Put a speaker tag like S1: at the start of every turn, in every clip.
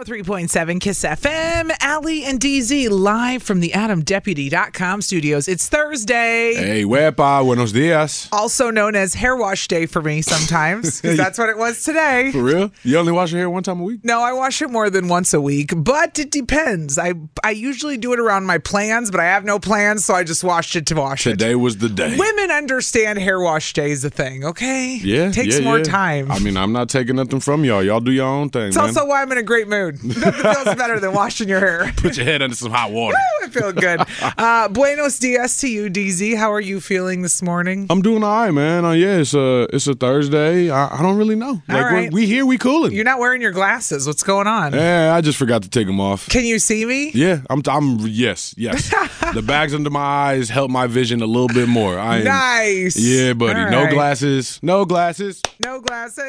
S1: 103.7 Kiss FM, Allie and DZ live from the AdamDeputy.com studios. It's Thursday.
S2: Hey, Wepa, buenos dias.
S1: Also known as hair wash day for me sometimes, 'cause that's what it was today.
S2: For real? You only wash your hair one time a week?
S1: No, I wash it more than once a week, but it depends. I I usually do it around my plans, but I have no plans, so I just washed it to wash
S2: Today was the day.
S1: it. Women understand hair wash day is a thing, okay?
S2: Yeah,
S1: takes
S2: yeah,
S1: more
S2: yeah.
S1: time.
S2: I mean, I'm not taking nothing from y'all. Y'all do your own thing,
S1: it's
S2: man.
S1: also why I'm in a great mood. Nothing feels better than washing your hair.
S2: Put your head under some hot water.
S1: I feel good. Uh, buenos dias to you, DZ. How are you feeling this morning?
S2: I'm doing all right, man. Uh, yeah, it's a it's a Thursday. I, I don't really know. Like
S1: right.
S2: we we here, we cooling. Eh.
S1: You're not wearing your glasses. What's going on?
S2: yeah, I just forgot to take them off.
S1: Can you see me?
S2: Yeah, I'm. I'm. Yes, yes. the bags under my eyes help my vision a little bit more. I am,
S1: Nice.
S2: Yeah, buddy.
S1: All
S2: no
S1: right.
S2: glasses. No glasses.
S1: No glasses.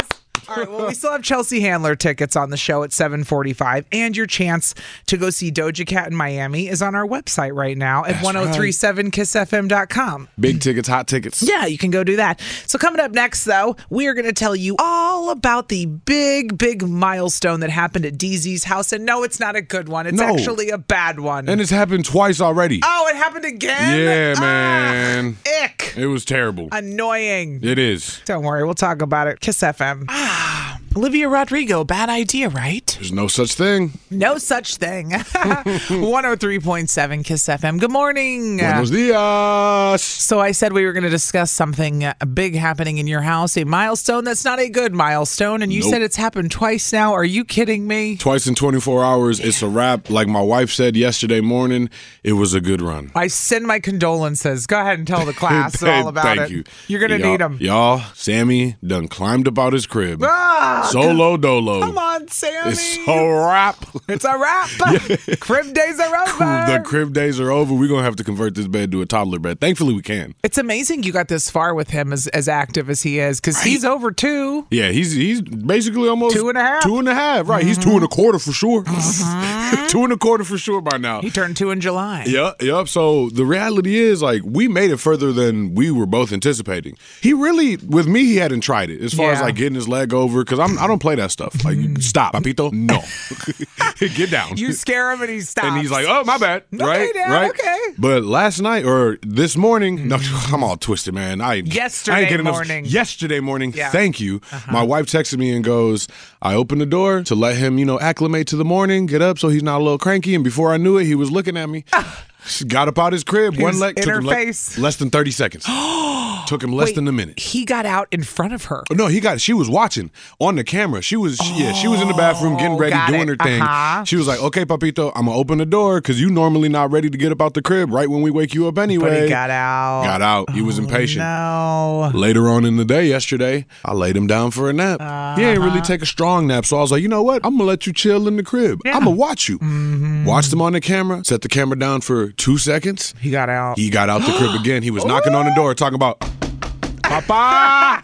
S1: All right, well, we still have Chelsea Handler tickets on the show at 745, and your chance to go see Doja Cat in Miami is on our website right now at 1037kissfm.com.
S2: Big tickets. Hot tickets.
S1: Yeah, you can go do that. So, coming up next, though, we are going to tell you all about the big, big milestone that happened at DZ's house. And no, it's not a good one, it's
S2: No.
S1: actually a bad one.
S2: And it's happened twice already.
S1: oh, it happened again?
S2: Yeah,
S1: Ah,
S2: man.
S1: ick.
S2: It was terrible.
S1: Annoying.
S2: It is.
S1: Don't worry, we'll talk about it. Kiss FM. Ah, Olivia Rodrigo, bad idea, right?
S2: There's no such thing.
S1: No such thing. 103.7 Kiss FM. Good morning.
S2: Buenos dias.
S1: So I said we were going to discuss something uh, big happening in your house, a milestone that's not a good milestone, and you
S2: Nope.
S1: said it's happened twice now. Are you kidding me?
S2: Twice in 24 hours, it's a wrap. Like my wife said yesterday morning, it was a good run.
S1: I send my condolences. Go ahead and tell the class all about
S2: Thank
S1: it.
S2: you.
S1: You're going to
S2: Y'all-
S1: need them.
S2: Y'all, Sammy done climbed about his crib.
S1: Ah,
S2: Solo dolo.
S1: come on, Sammy.
S2: It's a wrap.
S1: It's a wrap. Crib days are over.
S2: the crib days are over. We're going to have to convert this bed to a toddler bed. Thankfully, we can.
S1: It's amazing you got this far with him as, as active as he is because he's over two.
S2: Yeah, he's he's basically almost
S1: Two and a half.
S2: Two and a half, right? He's two and a quarter for sure.
S1: Mm-hmm.
S2: two and a quarter for sure by now.
S1: He turned two in July.
S2: Yep, yep. So the reality is, like, we made it further than we were both anticipating. He really, with me, he hadn't tried it as far as
S1: Yeah. Mm-hmm.
S2: like getting his leg over because I'm I don't play that stuff. Like, stop, papito. No, get down.
S1: You scare him and he stops.
S2: and he's like, "Oh, my bad."
S1: Okay,
S2: right,
S1: Dad,
S2: right.
S1: okay.
S2: But last night or this morning, no, I'm all twisted, man. I I
S1: Yesterday
S2: ain't getting enough-
S1: morning.
S2: yesterday morning.
S1: Yeah. Uh-huh.
S2: Thank you. My wife texted me and goes, "I opened the door to let him, you know, acclimate to the morning, get up, so he's not a little cranky." And before I knew it, he was looking at me. She Got up out his crib, one
S1: Ah. was
S2: leg
S1: in
S2: took
S1: her
S2: him le-
S1: face.
S2: less than thirty seconds. took him less than a minute.
S1: He got out in front of her.
S2: No, he got. She was watching on the camera. She was. She, yeah, she was in the bathroom getting ready,
S1: Oh, got
S2: doing
S1: it.
S2: her thing.
S1: Uh-huh.
S2: She was like, "Okay, Papito, I'm gonna open the door because you normally not ready to get up out the crib right when we wake you up anyway."
S1: But he got out. Oh,
S2: Got out. He was impatient.
S1: No.
S2: Later on in the day yesterday, I laid him down for a nap. He didn't
S1: Uh-huh.
S2: really take a strong nap, so I was like, you know what? I'm gonna let you chill in the crib. I'm gonna watch you.
S1: Mm-hmm.
S2: Watched him on the camera. Set the camera down for two seconds.
S1: He got out.
S2: He got out the crib again. He was knocking on the door, talking about Papa,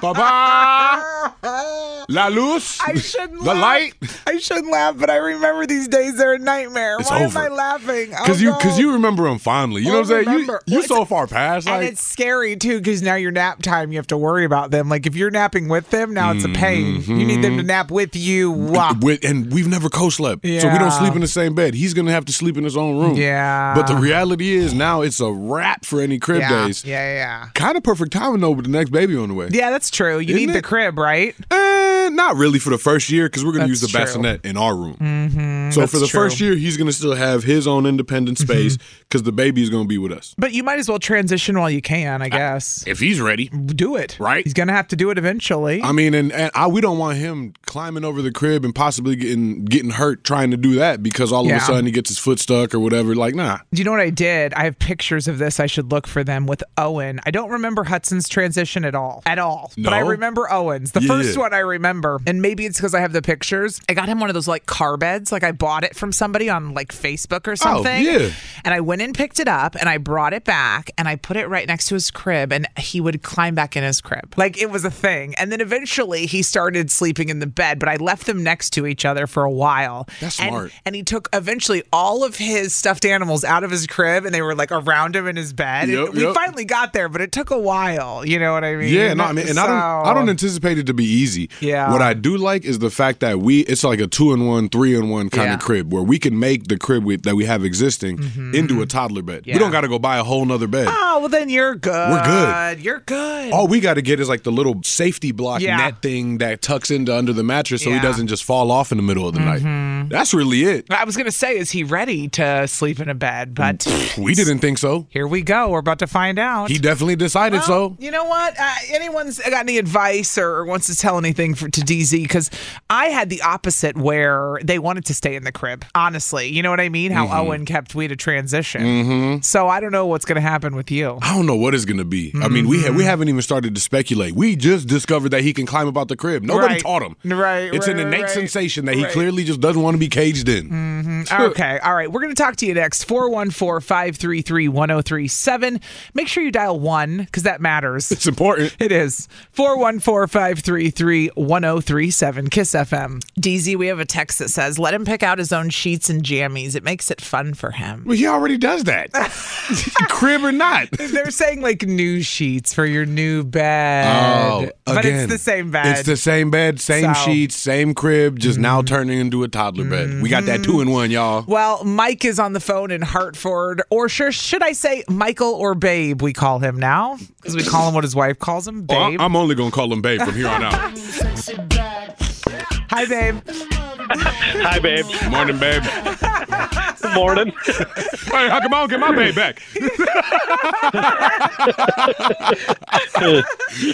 S2: Papa, La Luz,
S1: I shouldn't
S2: the
S1: laugh.
S2: light.
S1: I shouldn't laugh, but I remember these days are a nightmare.
S2: It's
S1: Why
S2: over.
S1: am I laughing? Oh,
S2: Because you, because you remember him fondly. You know
S1: I'll
S2: what I'm saying? You,
S1: remember.
S2: you
S1: Well,
S2: so far past.
S1: and
S2: Like,
S1: it's scary too, because now your nap time you have to worry about them. Like if you're napping with them, now it's a pain. You need
S2: Mm-hmm.
S1: them to nap with you. Wah.
S2: with, and we've never co-slept, so we
S1: Yeah.
S2: don't sleep in the same bed. He's gonna have to sleep in his own room.
S1: Yeah.
S2: But the reality is now it's a wrap for any crib
S1: yeah.
S2: days.
S1: yeah, yeah, yeah.
S2: Kind of perfect timing though with the next baby on the way.
S1: Yeah, that's true. You
S2: Isn't
S1: need the
S2: it?
S1: crib, right?
S2: Eh, Eh, not really for the first year because we're going to use
S1: That's
S2: the
S1: true.
S2: bassinet in our room. So for
S1: Mm-hmm. that's
S2: the first
S1: true. Mm-hmm.
S2: year, he's going to still have his own independent space because the baby is going to be with us.
S1: But you might as well transition while you can, I guess.
S2: If he's ready.
S1: do it.
S2: Right.
S1: He's going to have to do it eventually.
S2: I mean, and, and I, we don't want him climbing over the crib and possibly getting getting hurt trying to do that because all
S1: Yeah.
S2: of a sudden he gets his foot stuck or whatever. Like, nah.
S1: Do you know what I did? I have pictures of this. I should look for them with Owen. I don't remember Hudson's transition at all. At all. But I
S2: No?
S1: remember Owen's. The
S2: Yeah.
S1: first one I remember. And maybe it's because I have the pictures. I got him one of those like car beds. Like I bought it from somebody on like Facebook or something.
S2: Oh, yeah.
S1: And I went and picked it up and I brought it back and I put it right next to his crib and he would climb back in his crib. Like it was a thing. And then eventually he started sleeping in the bed, but I left them next to each other for a while.
S2: That's
S1: And-
S2: smart.
S1: and he took eventually all of his stuffed animals out of his crib and they were like around him in his bed. And
S2: Yep,
S1: we
S2: yep.
S1: finally got there, but it took a while. You know what I mean?
S2: Yeah, no, I mean, and I don't, I don't anticipate it to be easy.
S1: Yeah.
S2: What I do like is the fact that we, it's like a two in one, three in one kind
S1: Yeah. Mm-hmm.
S2: of crib where we can make the crib we, that we have existing into a toddler bed. We don't got to go buy a whole nother bed.
S1: Oh, well, then you're good.
S2: We're good.
S1: You're good.
S2: All we got to get is like the little safety block
S1: Yeah.
S2: net thing that tucks into under the mattress so
S1: Yeah. Mm-hmm.
S2: he doesn't just fall off in the middle of the night. That's really it.
S1: I was going to say, is he ready to sleep in a bed? But
S2: We didn't think so.
S1: here we go. We're about to find out.
S2: He definitely decided so.
S1: Well, you know what? Uh, anyone's got any advice or, or wants to tell anything for, to DZ? Because I had the opposite where they wanted to stay in the crib. Honestly, you know what I mean? How
S2: Mm-hmm.
S1: Owen kept we to transition. So I don't know what's going to happen with you. Mm-hmm.
S2: I don't know what it's gonna be. I mean, we ha- we haven't even started to speculate. We just discovered that he can climb about the crib. Nobody
S1: Right.
S2: taught him.
S1: Right,
S2: It's an
S1: right,
S2: innate
S1: right,
S2: sensation that he
S1: right.
S2: clearly just doesn't want to be caged in.
S1: Mm, okay. All right. We're going to talk to you next. 414 533 1037. Make sure you dial one because that matters.
S2: It's important.
S1: It is 414 533 1037 Kiss FM. DZ, we have a text that says, let him pick out his own sheets and jammies. It makes it fun for him.
S2: Well, he already does that. crib or not.
S1: They're saying like new sheets for your new bed.
S2: Oh,
S1: but
S2: again,
S1: it's the same bed.
S2: It's the same bed, same
S1: So- Mm-hmm.
S2: sheets, same crib, just now turning into a toddler bed. We got that two in one, y'all.
S1: well, Mike is on the phone in Hartford, or sure, should I say Michael or Babe? We call him now because we call him what his wife calls him,
S2: Well, I-
S1: Babe.
S2: Oh, I'm only gonna call him babe from here on out.
S1: Hi, Babe.
S3: Hi, babe.
S2: Morning, babe.
S3: Good morning.
S2: Hey, how come I don't get my babe back?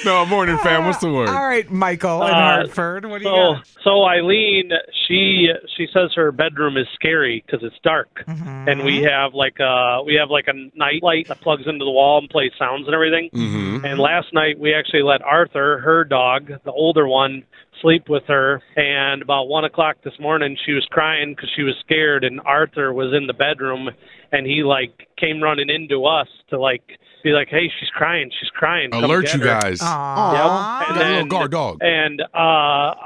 S2: no, morning, fam. What's the word?
S1: All right, Michael in
S3: Uh, oh,
S1: Hartford. What do you
S3: So,
S1: got?
S3: so Eileen, she she says her bedroom is scary because it's dark,
S1: Mm-hmm.
S3: and we have like a we have like a night light that plugs into the wall and plays sounds
S2: Mm.
S3: and everything. Mm-hmm. And last night we actually let Arthur, her dog, the older one, sleep with her. And about one o'clock this morning, she was crying because she was scared, and Arthur was in the bedroom, and he like came running into us to like be like, "Hey, she's crying, she's crying." Come
S2: Alert
S3: get
S2: you
S3: her."
S2: guys.
S1: Aw.
S2: Got a little guard dog.
S3: And uh,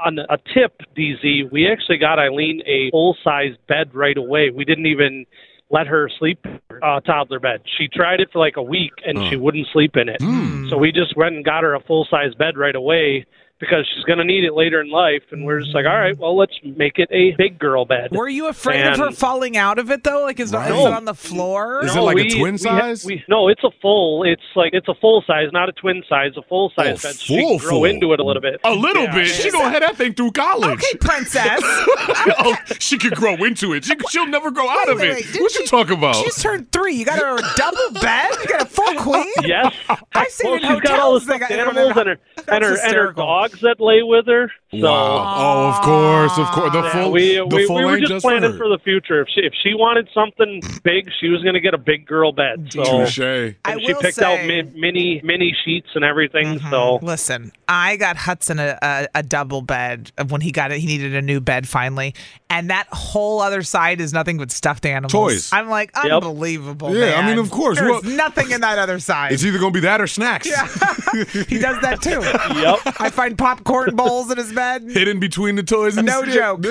S3: on a tip, DZ, we actually got Eileen a full size bed right away. We didn't even let her sleep uh, toddler bed. She tried it for like a week and she wouldn't sleep in it.
S2: Hmm.
S3: So we just went and got her a full size bed right away because she's going to need it later in life. And we're just like, all right, well, let's make it a big girl bed.
S1: Were you afraid of
S3: And-
S1: her falling out of it though? Like is,
S2: Right.
S1: is it on the floor?
S2: Is it like a twin
S3: ha-
S2: size?
S3: we- no, it's a full. It's like it's a full size, not a twin size. A full size
S2: Oh,
S3: bed. She can
S2: full,
S3: grow
S2: full.
S3: into it a little bit.
S2: A little bit. She gonna have that thing through college.
S1: Okay, princess.
S2: oh, she could grow into it. She, she'll never grow out of
S1: Wait,
S2: it.
S1: wait, did
S2: what
S1: she-
S2: you talking about?
S1: She's turned three. You got her a double bed. You got a full queen.
S3: Yes.
S1: I've seen
S3: well,
S1: in
S3: she's got all the
S1: hotels they
S3: stuffed
S1: got-
S3: animals and her
S1: That's
S3: and her, and her
S1: hysterical.
S3: dogs that lay with her. So
S2: wow. Oh, of course, of course. The
S3: yeah,
S2: full,
S3: we
S2: the
S3: we,
S2: full
S3: we were
S2: ain't
S3: just, planning
S2: her.
S3: for the future. If she if she wanted something big, she was going to get a big girl bed. So
S2: Touche.
S1: I
S3: and she
S1: will
S3: picked
S1: say, Mm-hmm.
S3: out mi- mini mini sheets and everything. So
S1: Listen, I got Hudson a, a, a double bed of when he got it. He needed a new bed finally, and that whole other side is nothing but stuffed animals.
S2: Toys.
S1: I'm like
S3: Yep.
S1: unbelievable.
S2: Yeah, I
S1: man.
S2: mean, of course. Well-
S1: there's nothing in that other side.
S2: It's either gonna be that or snacks.
S1: he does that too.
S3: yep.
S1: I find popcorn bowls in his bed.
S2: Hidden between the toys. And
S1: No
S2: shit.
S1: joke.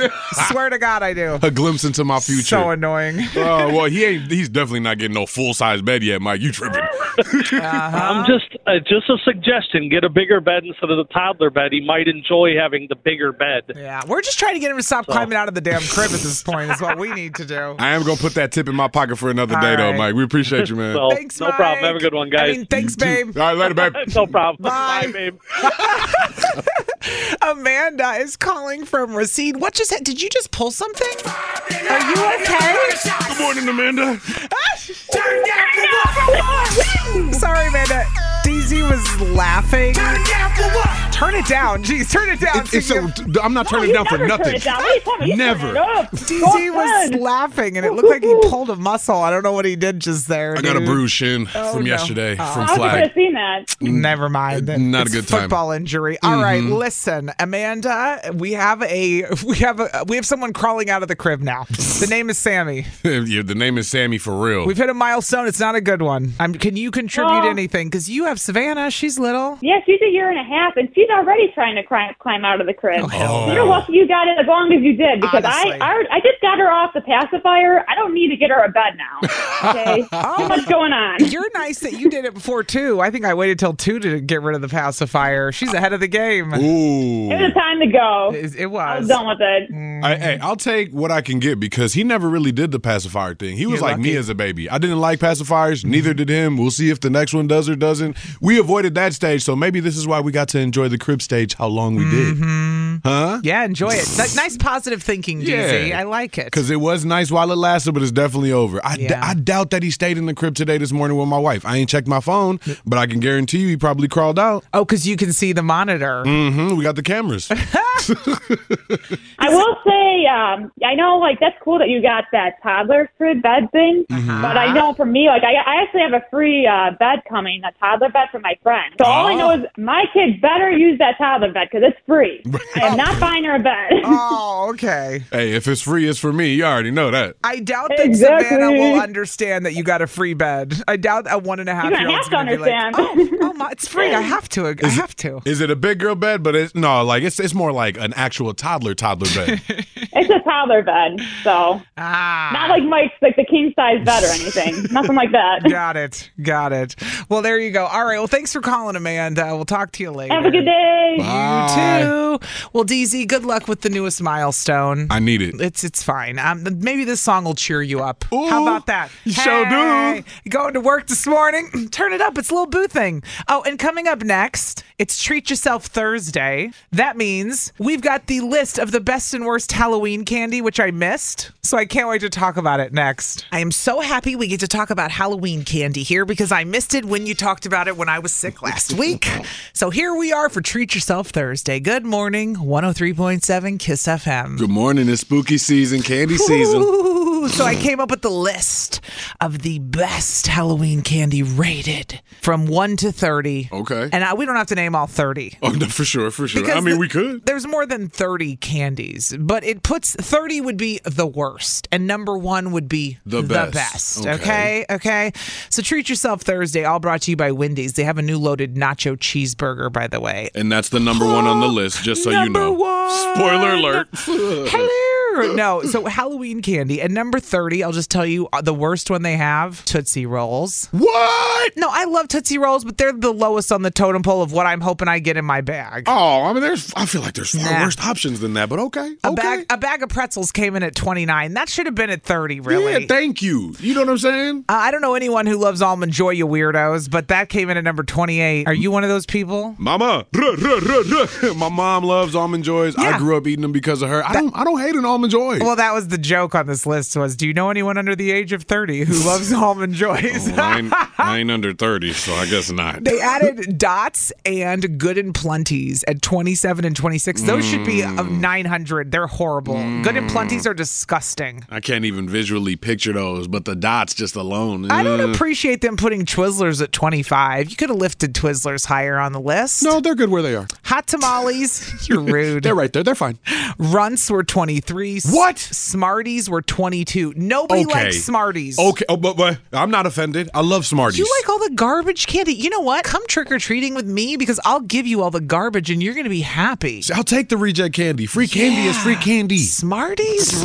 S1: Swear to God, I do.
S2: A glimpse into my future.
S1: So annoying.
S2: Oh well, he ain't. He's definitely not getting no full size bed yet, Mike. You tripping?
S1: Uh-huh.
S3: I'm just uh, just a suggestion. Get a bigger bed instead of the toddler bed. He might enjoy having the bigger bed.
S1: Yeah, we're just trying to get him to stop climbing out of the damn crib at this point. Is what we need to do.
S2: I am gonna put that tip in my pocket for another
S1: All
S2: day, though,
S1: right.
S2: Mike. We appreciate you, man.
S3: So
S2: All
S1: Thanks,
S3: no problem. Have a
S1: Mike.
S3: good one,
S1: I
S3: guys.
S1: mean, thanks, babe.
S2: right, later, babe.
S3: no problem.
S1: Bye.
S3: Bye babe.
S1: Amanda is calling from Racine. What just hap- Did you just pull something? Are you okay?
S2: Good morning, Amanda.
S1: Sorry, Amanda. DZ was laughing. Turn it down. Jeez, turn it down.
S2: It's so,
S1: DZ
S2: I'm not turning it down for nothing. Never.
S1: was laughing, and it looked like he pulled a muscle. I don't know what he did just there.
S2: I got a
S1: dude.
S2: bruised shin from yesterday from
S4: I should
S2: flag.
S4: have seen that.
S1: Mm. Never mind.
S2: Not a
S1: It's
S2: good time. Mm-hmm.
S1: Football injury. All right, listen, Amanda. We have a we have a we have someone crawling out of the crib now. the name is Sammy.
S2: Yeah, the name is Sammy for real.
S1: We've hit a milestone. It's not a good one. I'm, can you contribute
S4: Oh.
S1: anything? Because you have Savannah. She's little.
S4: Yeah, she's a year and a half, and she's already trying to climb, climb out of the crib.
S2: Oh, hell
S4: You're
S2: no.
S4: lucky you got it as long as you did because I,
S1: Honestly.
S4: I I just got her off the pacifier. I don't need to get her a bed now. Okay, too much going on.
S1: Oh, You're nice that you did it before two. I think I waited till two to get rid of the pacifier. She's ahead of the game.
S2: Ooh.
S4: It was time to go.
S1: It, it
S4: I was
S1: was.
S4: done with it.
S2: I, hey, I'll take what I can get because he never really did the pacifier thing. He was
S1: You're
S2: like me
S1: lucky.
S2: as a baby. I didn't like pacifiers, neither did him. We'll see if the next one does or doesn't. We avoided that stage, so maybe this is why we got to enjoy the crib stage how long we did. Huh?
S1: Mm-hmm. Yeah, enjoy it. That, nice positive thinking, DZ.
S2: Yeah.
S1: I like it.
S2: Because it was nice while it lasted, but it's definitely over. I, d-
S1: Yeah.
S2: I doubt that he stayed in the crib today this morning with my wife. I ain't checked my phone, but I can guarantee you he probably crawled out.
S1: Oh, because you can see the monitor.
S2: hmm we got the cameras.
S4: I will say, um, I know like that's cool that you got that toddler crib bed thing,
S2: Mm-hmm.
S4: but I know for me, like I, I actually have a free uh, bed coming, a toddler bed for my friend. So
S2: Oh.
S4: all I know is my kid better use that toddler bed because it's free. I am not buying her a bed.
S1: Oh, okay.
S2: hey, if it's free, it's for me. You already know that.
S1: I doubt that Savannah will
S4: Exactly.
S1: understand that you got a free bed. I doubt a one and a half
S4: gonna
S1: year old's
S4: have to
S1: gonna be like,
S4: understand.
S1: oh, oh my, it's free. I have to. I have to.
S2: Is it a big girl bed? But it's no, like it's it's more like an actual toddler toddler bed.
S4: It's a toddler bed, so
S1: Ah.
S4: not like Mike's like the king size bed or anything. Nothing like that.
S1: Got it. Got it. Well, there you go. All right. Well, thanks for calling, Amanda. We'll talk to you later.
S4: Have a good day.
S2: Bye.
S1: You too. Well, DZ, good luck with the newest milestone.
S2: I need it.
S1: It's it's fine. Um, th- maybe this song will cheer you up.
S2: Ooh,
S1: How about that?
S2: you sure do.
S1: You Going to work this morning. Turn it up. It's Lil Boo thing. Oh, and coming up next, it's Treat Yourself Thursday. That means we've got the list of the best and worst Halloween candy, which I missed. So I can't wait to talk about it next. I am so happy we get to talk about Halloween candy here because I missed it when you talked about it when I was sick last week. So here we are for Treat Yourself Thursday. Good morning, 103.7 Kiss FM.
S2: Good morning. It's spooky season, candy season.
S1: Ooh, so I came up with the list of the best Halloween candy rated from 1 to 30.
S2: Okay.
S1: And I, we don't have to name all 30.
S2: Oh, no, for sure, for sure. I
S1: Because
S2: mean,
S1: the-
S2: we could.
S1: There's more than 30 candies, but it puts 30 would be the worst, and number one would be
S2: The best.
S1: Okay.
S2: Okay.
S1: okay, So treat yourself Thursday. All brought to you by Wendy's. They have a new loaded nacho cheeseburger, by the way.
S2: And that's the number one on the list, just so you
S1: Number
S2: know.
S1: one.
S2: Spoiler alert.
S1: Hello. No, so Halloween candy. And number 30, I'll just tell you uh, the worst one they have Tootsie Rolls.
S2: What?
S1: No, I love Tootsie Rolls, but they're the lowest on the totem pole of what I'm hoping I get in my bag.
S2: Oh, I mean, there's. I feel like there's far
S1: Nah.
S2: worse options than that, but okay.
S1: A
S2: okay.
S1: bag, a bag of pretzels came in at 29. That should have been at 30, really.
S2: Yeah, thank you. You know what I'm saying?
S1: Uh, I don't know anyone who loves almond joy, you weirdos, but that came in at number 28. Are you one of those people?
S2: Mama, ruh, ruh, ruh, ruh. my mom loves almond joys.
S1: Yeah.
S2: I grew up eating them because of her. I don't. I don't hate an almond joy.
S1: Well, that was the joke on this list was, do you know anyone under the age of 30 who loves almond joys?
S2: Well, Oh, I, ain't, I ain't under thirty, so I guess not.
S1: They added dots and good and plenties at 27 and 26. Those should be of
S2: Mm.
S1: 900. They're horrible. Good and plenties are disgusting.
S2: I can't even visually picture those, but the dots just alone.
S1: I don't
S2: eh.
S1: appreciate them putting Twizzlers at 25. You could have lifted Twizzlers higher on the list.
S2: No, they're good where they are.
S1: Hot tamales, you're rude.
S2: They're right there. They're fine.
S1: Runts were 23. S-
S2: What?
S1: Smarties were 22. Nobody
S2: Okay.
S1: likes Smarties.
S2: Okay, oh, but, but I'm not offended. I love Smarties.
S1: You like all the garbage candy. You know what? Come trick or treating with me because I'll give you all the garbage and you're going to be happy.
S2: I'll take the reject candy. Free candy is free candy.
S1: Smarties?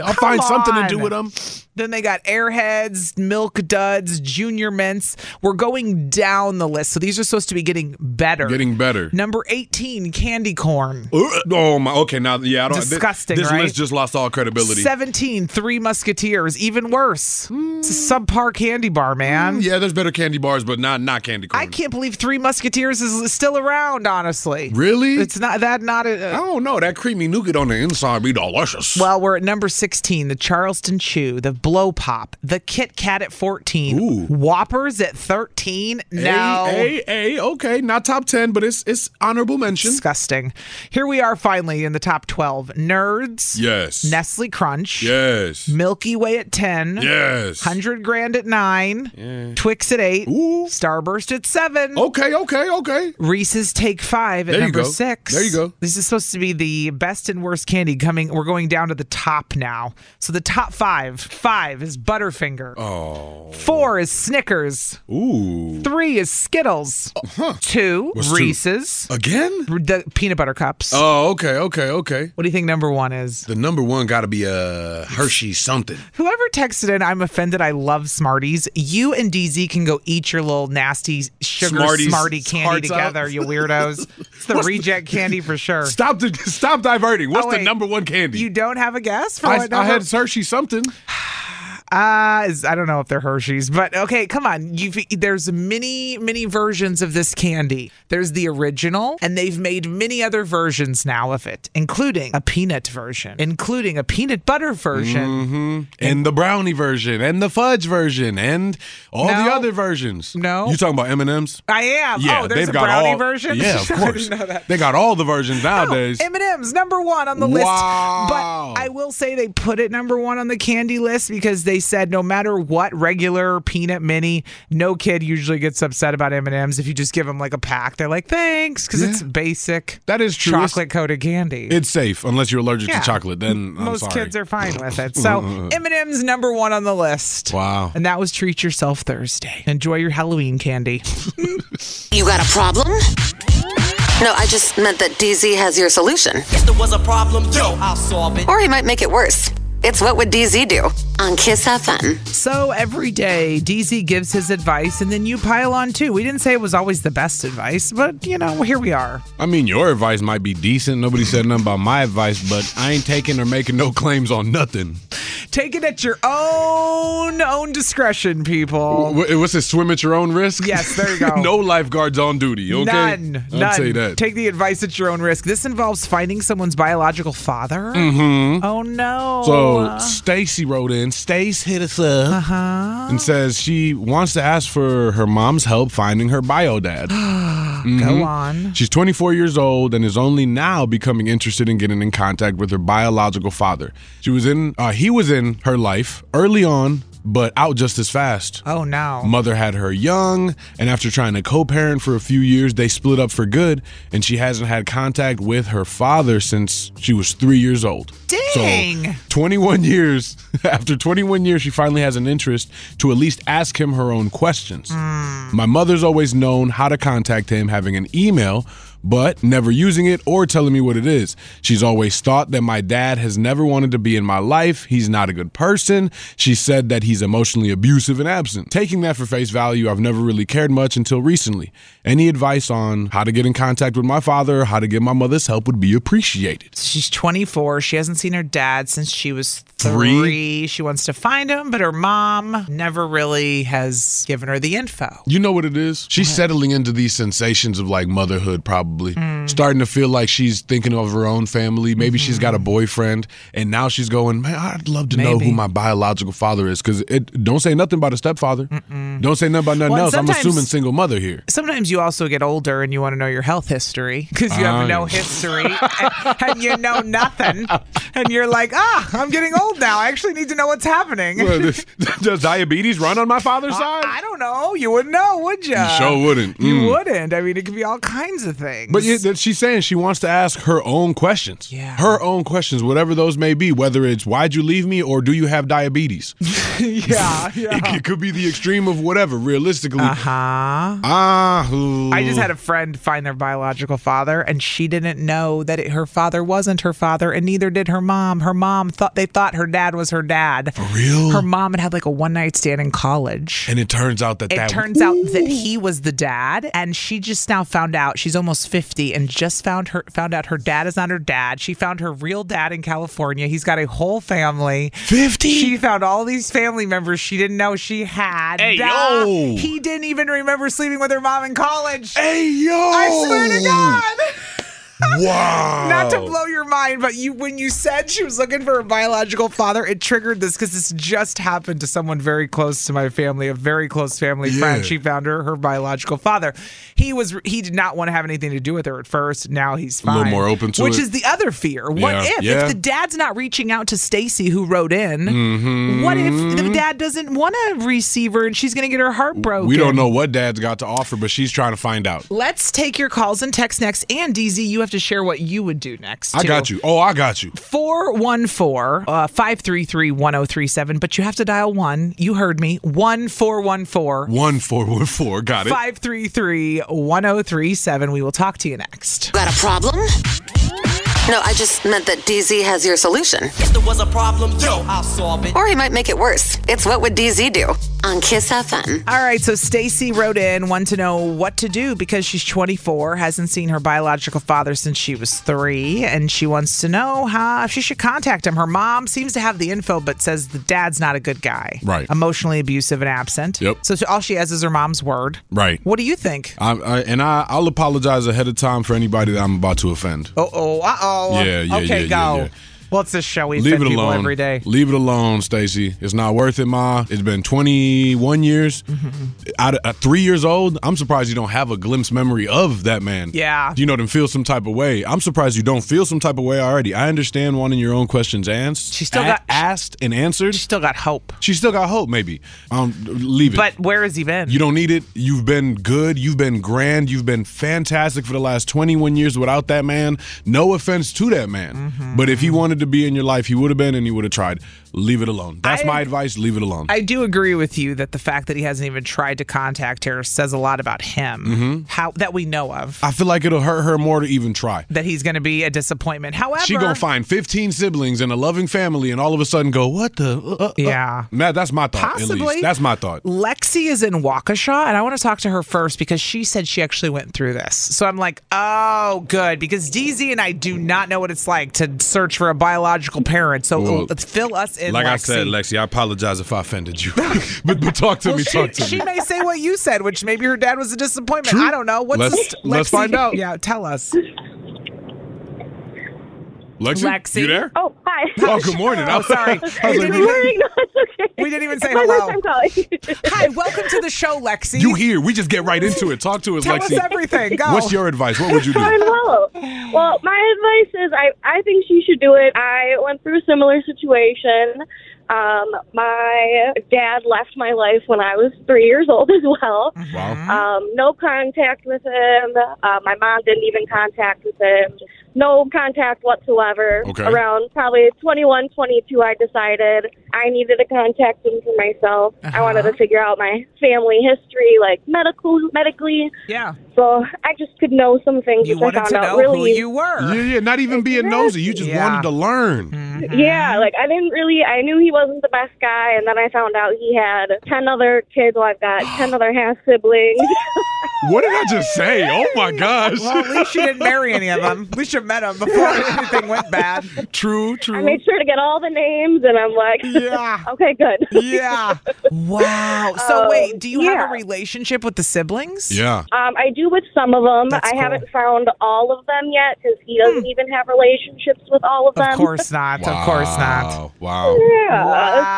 S2: I'll find something to do
S1: on.
S2: with them.
S1: Then they got Airheads, Milk Duds, Junior Mints. We're going down the list. So these are supposed to be getting better.
S2: Getting better. Uh,
S1: Number 18, candy corn.
S2: Ugh, Oh my. Okay, now yeah, I don't. thi-
S1: disgusting,
S2: This
S1: right?
S2: list just lost all credibility.
S1: 17, Three Musketeers, even worse. It's a subpar candy bar, man.
S2: Yeah, there's better candy bars, but not not candy corn.
S1: I can't believe Three Musketeers is still around, honestly.
S2: Really?
S1: It's not that, not a. uh,
S2: I don't know. That creamy nougat on the inside be delicious.
S1: well, we're at number 16, the Charleston Chew, the Blow Pop, the Kit Kat at 14,
S2: Ooh.
S1: Whoppers at 13.
S2: A-
S1: No.
S2: A, A, okay, not top ten, but it's it's honorable mention.
S1: Disgusting. Here we are finally in the top 12. Nerds,
S2: Yes.
S1: Nestle Crunch,
S2: Yes.
S1: Milky Way at 10,
S2: Yes.
S1: 100 grand at 9, Twix at 8,
S2: Ooh.
S1: Starburst at 7.
S2: Okay, okay, okay.
S1: Reese's Take Five at
S2: There you
S1: number
S2: go.
S1: six.
S2: There you go.
S1: This is supposed to be the best and worst candy coming. We're going down to the top now. So the top five. Five is Butterfinger. Oh. Four is Snickers.
S2: Ooh. Uh,
S1: Three is Skittles. Two,
S2: What's two?
S1: Reese's.
S2: Again?
S1: The peanut butter cups.
S2: Oh, okay, okay, okay.
S1: What do you think number one is?
S2: The number one got to be a Hershey something.
S1: Whoever texted in, I'm offended. I love Smarties. You and DZ can go eat your little nasty sugar
S2: Smarties
S1: Smartie candy
S2: hearts out.
S1: together, you weirdos. It's the reject candy for sure.
S2: Stop the stop diverting. What's
S1: Oh,
S2: the
S1: wait.
S2: number one candy?
S1: You don't have a guess for
S2: I,
S1: what
S2: I
S1: number?
S2: had Hershey something.
S1: uh, is- I don't know if they're Hershey's, but okay, come on. You've there's many many versions of this candy. There's the original, and they've made many other versions now of it, including a peanut version, including a peanut butter version.
S2: Mm-hmm. And the brownie version, and the fudge version, and all
S1: No.
S2: the other versions.
S1: No.
S2: You talking about M and M's?
S1: I am.
S2: Yeah,
S1: oh, there's
S2: they've
S1: a
S2: got
S1: brownie
S2: all,
S1: version.
S2: Yeah, of
S1: I
S2: course.
S1: didn't know that.
S2: They got all the versions nowadays.
S1: M and M's number one on the list.
S2: Wow.
S1: But I will say they put it number one on the candy list because they said no matter what, regular peanut mini, no kid usually gets upset about M and M's if you just give them like a pack. They're like, thanks, because it's
S2: Yeah.
S1: basic.
S2: That is true. It's-
S1: Chocolate coated candy.
S2: it's safe unless you're allergic
S1: Yeah.
S2: to chocolate. Then I'm
S1: Most
S2: sorry.
S1: kids are fine with it. So M and M's number one on the list.
S2: Wow.
S1: And that was treat yourself Thursday. Enjoy your Halloween candy.
S5: You got a problem? No, I just meant that DZ has your solution.
S6: If there was a problem, yo, I'll solve it.
S5: Or he might make it worse. It's What Would DZ Do? on Kiss FM.
S1: So every day, DZ gives his advice, and then you pile on too. We didn't say it was always the best advice, but you know, here we are.
S2: I mean, your advice might be decent. Nobody said nothing about my advice, but I ain't taking or making no claims on nothing.
S1: Take it at your own own discretion, people.
S2: Wh- What's this? Swim at your own risk.
S1: Yes, there you go.
S2: no lifeguards on duty. Okay.
S1: None,
S2: I'd
S1: none.
S2: say that.
S1: Take the advice at your own risk. This involves finding someone's biological father. Mm-hmm. Oh no!
S2: so Stacy wrote in. Stace hit us up
S1: Uh-huh.
S2: and says she wants to ask for her mom's help finding her bio dad. Mm-hmm.
S1: go on.
S2: She's 24 years old and is only now becoming interested in getting in contact with her biological father. She was in, uh, he was in her life early on, but out just as fast.
S1: Oh no!
S2: Mother had her young, and after trying to co parent for a few years, they split up for good, and she hasn't had contact with her father since she was three years old. So,
S1: Dang.
S2: 21 years, after 21 years, she finally has an interest to at least ask him her own questions. My mother's always known how to contact him, having an email, but never using it or telling me what it is. She's always thought that my dad has never wanted to be in my life. He's not a good person. She said that he's emotionally abusive and absent. Taking that for face value, I've never really cared much until recently. Any advice on how to get in contact with my father, how to get my mother's help would be appreciated.
S1: She's 24. She hasn't seen her dad since she was
S2: Three?
S1: three. She wants to find him, but her mom never really has given her the info.
S2: You know what it is? She's settling into these sensations of like motherhood, probably.
S1: Mm.
S2: Starting to feel like she's thinking of her own family. Maybe she's got a boyfriend, and now she's going, man, I'd love to know who
S1: Mm-hmm. Maybe.
S2: my biological father is. Because it don't say nothing about a stepfather. Don't say nothing about nothing
S1: Well, and
S2: else. I'm
S1: sometimes-
S2: assuming single mother here.
S1: Sometimes you also get older and you want to know your health history because you have
S2: Ah,
S1: no
S2: yeah.
S1: history and, and you know nothing. And you're like, ah, I'm getting old now. I actually need to know what's happening.
S2: Well, this- Does diabetes run on my father's side?
S1: I don't know. You wouldn't know, would you?
S2: You sure wouldn't.
S1: You
S2: Mm.
S1: wouldn't. I mean, it could be all kinds of things.
S2: But yeah, that she's saying she wants to ask her own questions.
S1: Yeah.
S2: Her own questions, whatever those may be, whether it's why'd you leave me or do you have diabetes?
S1: yeah, yeah.
S2: It could be the extreme of whatever, realistically.
S1: Uh huh.
S2: Ah, ooh.
S1: I just had a friend find their biological father, and she didn't know that it, her father wasn't her father, and neither did her mom. Her mom thought they thought her dad was her dad. For
S2: real?
S1: Her mom had had like a one night stand in college.
S2: and it turns out that
S1: it
S2: that
S1: turns out that he was the dad, and she just now found out. She's almost fifty, and just found her found out her dad is not her dad. She found her real dad in California. He's got a whole family.
S2: 50?
S1: She found all these family members she didn't know she had.
S2: Hey,
S1: Duh.
S2: yo.
S1: He didn't even remember sleeping with her mom in college.
S2: Hey yo!
S1: I swear to God.
S2: Wow!
S1: Not to blow your mind, but you when you said she was looking for a biological father, it triggered this because this just happened to someone very close to my family, a very close family friend.
S2: Yeah.
S1: She found her her biological father. He was he did not want to have anything to do with her at first. Now he's
S2: A
S1: fine.
S2: little more open to
S1: which
S2: it.
S1: is the other fear. What
S2: Yeah.
S1: if
S2: Yeah.
S1: if the dad's not reaching out to Stacy who wrote in?
S2: Mm-hmm.
S1: What if the dad doesn't want to receive her and she's going to get her heart broken?
S2: We don't know what dad's got to offer, but she's trying to find out.
S1: Let's take your calls and texts next. And DZ, you have to share what you would do next.
S2: I got you. Oh, I got you.
S1: 414 uh, 533 1037, but you have to dial one. You heard me. 1414
S2: One four one four. Got it.
S1: 533 1037. We will talk to you next.
S5: Got a problem? No, I just meant that DZ has your solution.
S6: If there was a problem, yo, I'll solve it.
S5: Or he might make it worse. It's What Would DZ Do? on Kiss FM.
S1: All right, so Stacy wrote in, wanted to know what to do because she's 24, hasn't seen her biological father since she was three, and she wants to know how, if she should contact him. Her mom seems to have the info, but says the dad's not a good guy.
S2: Right.
S1: Emotionally abusive and absent.
S2: Yep.
S1: So, so all she has is her mom's word.
S2: Right.
S1: What do you think?
S2: I, I, and I, I'll apologize ahead of time for anybody that I'm about to offend.
S1: Uh oh, uh oh.
S2: Yeah, yeah,
S1: Okay,
S2: yeah,
S1: go.
S2: yeah, yeah.
S1: Well, it's this show. We
S2: Leave
S1: offend
S2: it
S1: people
S2: alone.
S1: every day.
S2: Leave it alone, Stacy. It's not worth it, Ma. It's been 21 years.
S1: Mm-hmm.
S2: Out of, at three years old, I'm surprised you don't have a glimpse memory of that man.
S1: Yeah.
S2: You know, then feel some type of way. I'm surprised you don't feel some type of way already. I understand wanting your own questions answered.
S1: She still got-
S2: asked and answered.
S1: She still got hope.
S2: She still got hope, maybe. Um, leave it.
S1: But where has he been?
S2: You don't need it. You've been good. You've been grand. You've been fantastic for the last 21 years without that man. No offense to that man.
S1: Mm-hmm.
S2: But if he wanted to be in your life, he would have been and he would have tried. Leave it alone. That's
S1: I-
S2: my advice. Leave it alone.
S1: I do agree with you that the fact that he hasn't even tried to contact her says a lot about him. How that we know of.
S2: Mm-hmm. I feel like it'll hurt her more to even try.
S1: that he's going to be a disappointment. However,
S2: She gonna find 15 siblings and a loving family and all of a sudden go, what the? uh, uh, uh."
S1: Yeah.
S2: Matt, that's my thought. At
S1: Possibly.
S2: least. That's my thought.
S1: Lexi is in Waukesha, and I want to talk to her first because she said she actually went through this. So I'm like, oh, good, because DZ and I do not know what it's like to search for a biological parent. So
S2: Well,
S1: let's fill us in.
S2: Like
S1: Lexi.
S2: I said, Lexi, I apologize if I offended you. but, but talk to
S1: Well,
S2: me.
S1: she,
S2: talk to
S1: she
S2: me.
S1: may say what you said, which maybe her dad was a disappointment. I don't know. What's
S2: Let's-
S1: the st-
S2: let's
S1: Lexi-
S2: find out.
S1: Yeah, tell us.
S2: Lexi,
S1: Lexi.
S2: you there?
S4: Oh, hi.
S2: Oh, good morning.
S1: Oh,
S2: I
S1: sorry.
S2: was
S1: We
S2: like,
S1: didn't even-
S4: no, it's okay.
S1: We didn't even
S4: It's
S1: say
S4: my
S1: hello.
S4: first time calling.
S1: Hi, welcome to the show, Lexi.
S2: You here? We just get right into it. Talk to us,
S1: tell
S2: Lexi.
S1: us everything. Go.
S2: What's your advice? What would you
S4: Fine,
S2: do?
S4: well. Well, my advice is I, I think she should do it. I went through a similar situation. Um, my dad left my life when I was three years old as well.
S1: Mm-hmm.
S2: Wow.
S4: Um, no contact with him. Uh, my mom didn't even contact with him. No contact whatsoever.
S2: Okay.
S4: Around probably twenty one, twenty two, I decided I needed to contact him for myself. I wanted
S1: Uh-huh.
S4: to figure out my family history, like medical, medically.
S1: yeah?
S4: So I just could know some things,
S1: You
S4: which I
S1: wanted
S4: found
S1: to
S4: out
S1: know
S4: really.
S1: who you were.
S2: Yeah, yeah. Not even being nosy. You just
S1: Yeah. Mm-hmm.
S2: wanted to learn.
S4: Yeah, like I didn't really. I knew he wasn't the best guy, and then I found out he had ten other kids. Well, I've got ten other half siblings.
S2: What did I just say? Oh my gosh.
S1: Well, at least you didn't marry any of them. At least you met them before anything went bad.
S2: true.
S4: I
S2: True.
S4: made sure to get all the names, and I'm like,
S1: Yeah.
S4: okay, good.
S1: Yeah. Wow. So
S4: Um,
S1: wait, do you have
S4: yeah.
S1: a relationship with the siblings?
S2: Yeah.
S4: Um, I do with some of them.
S1: That's
S4: I
S1: cool. Hmm.
S4: haven't found all of them yet because he doesn't even have relationships with all of them.
S1: Of course not. Of course not.
S2: Wow, Wow.
S4: Yeah.
S1: Wow.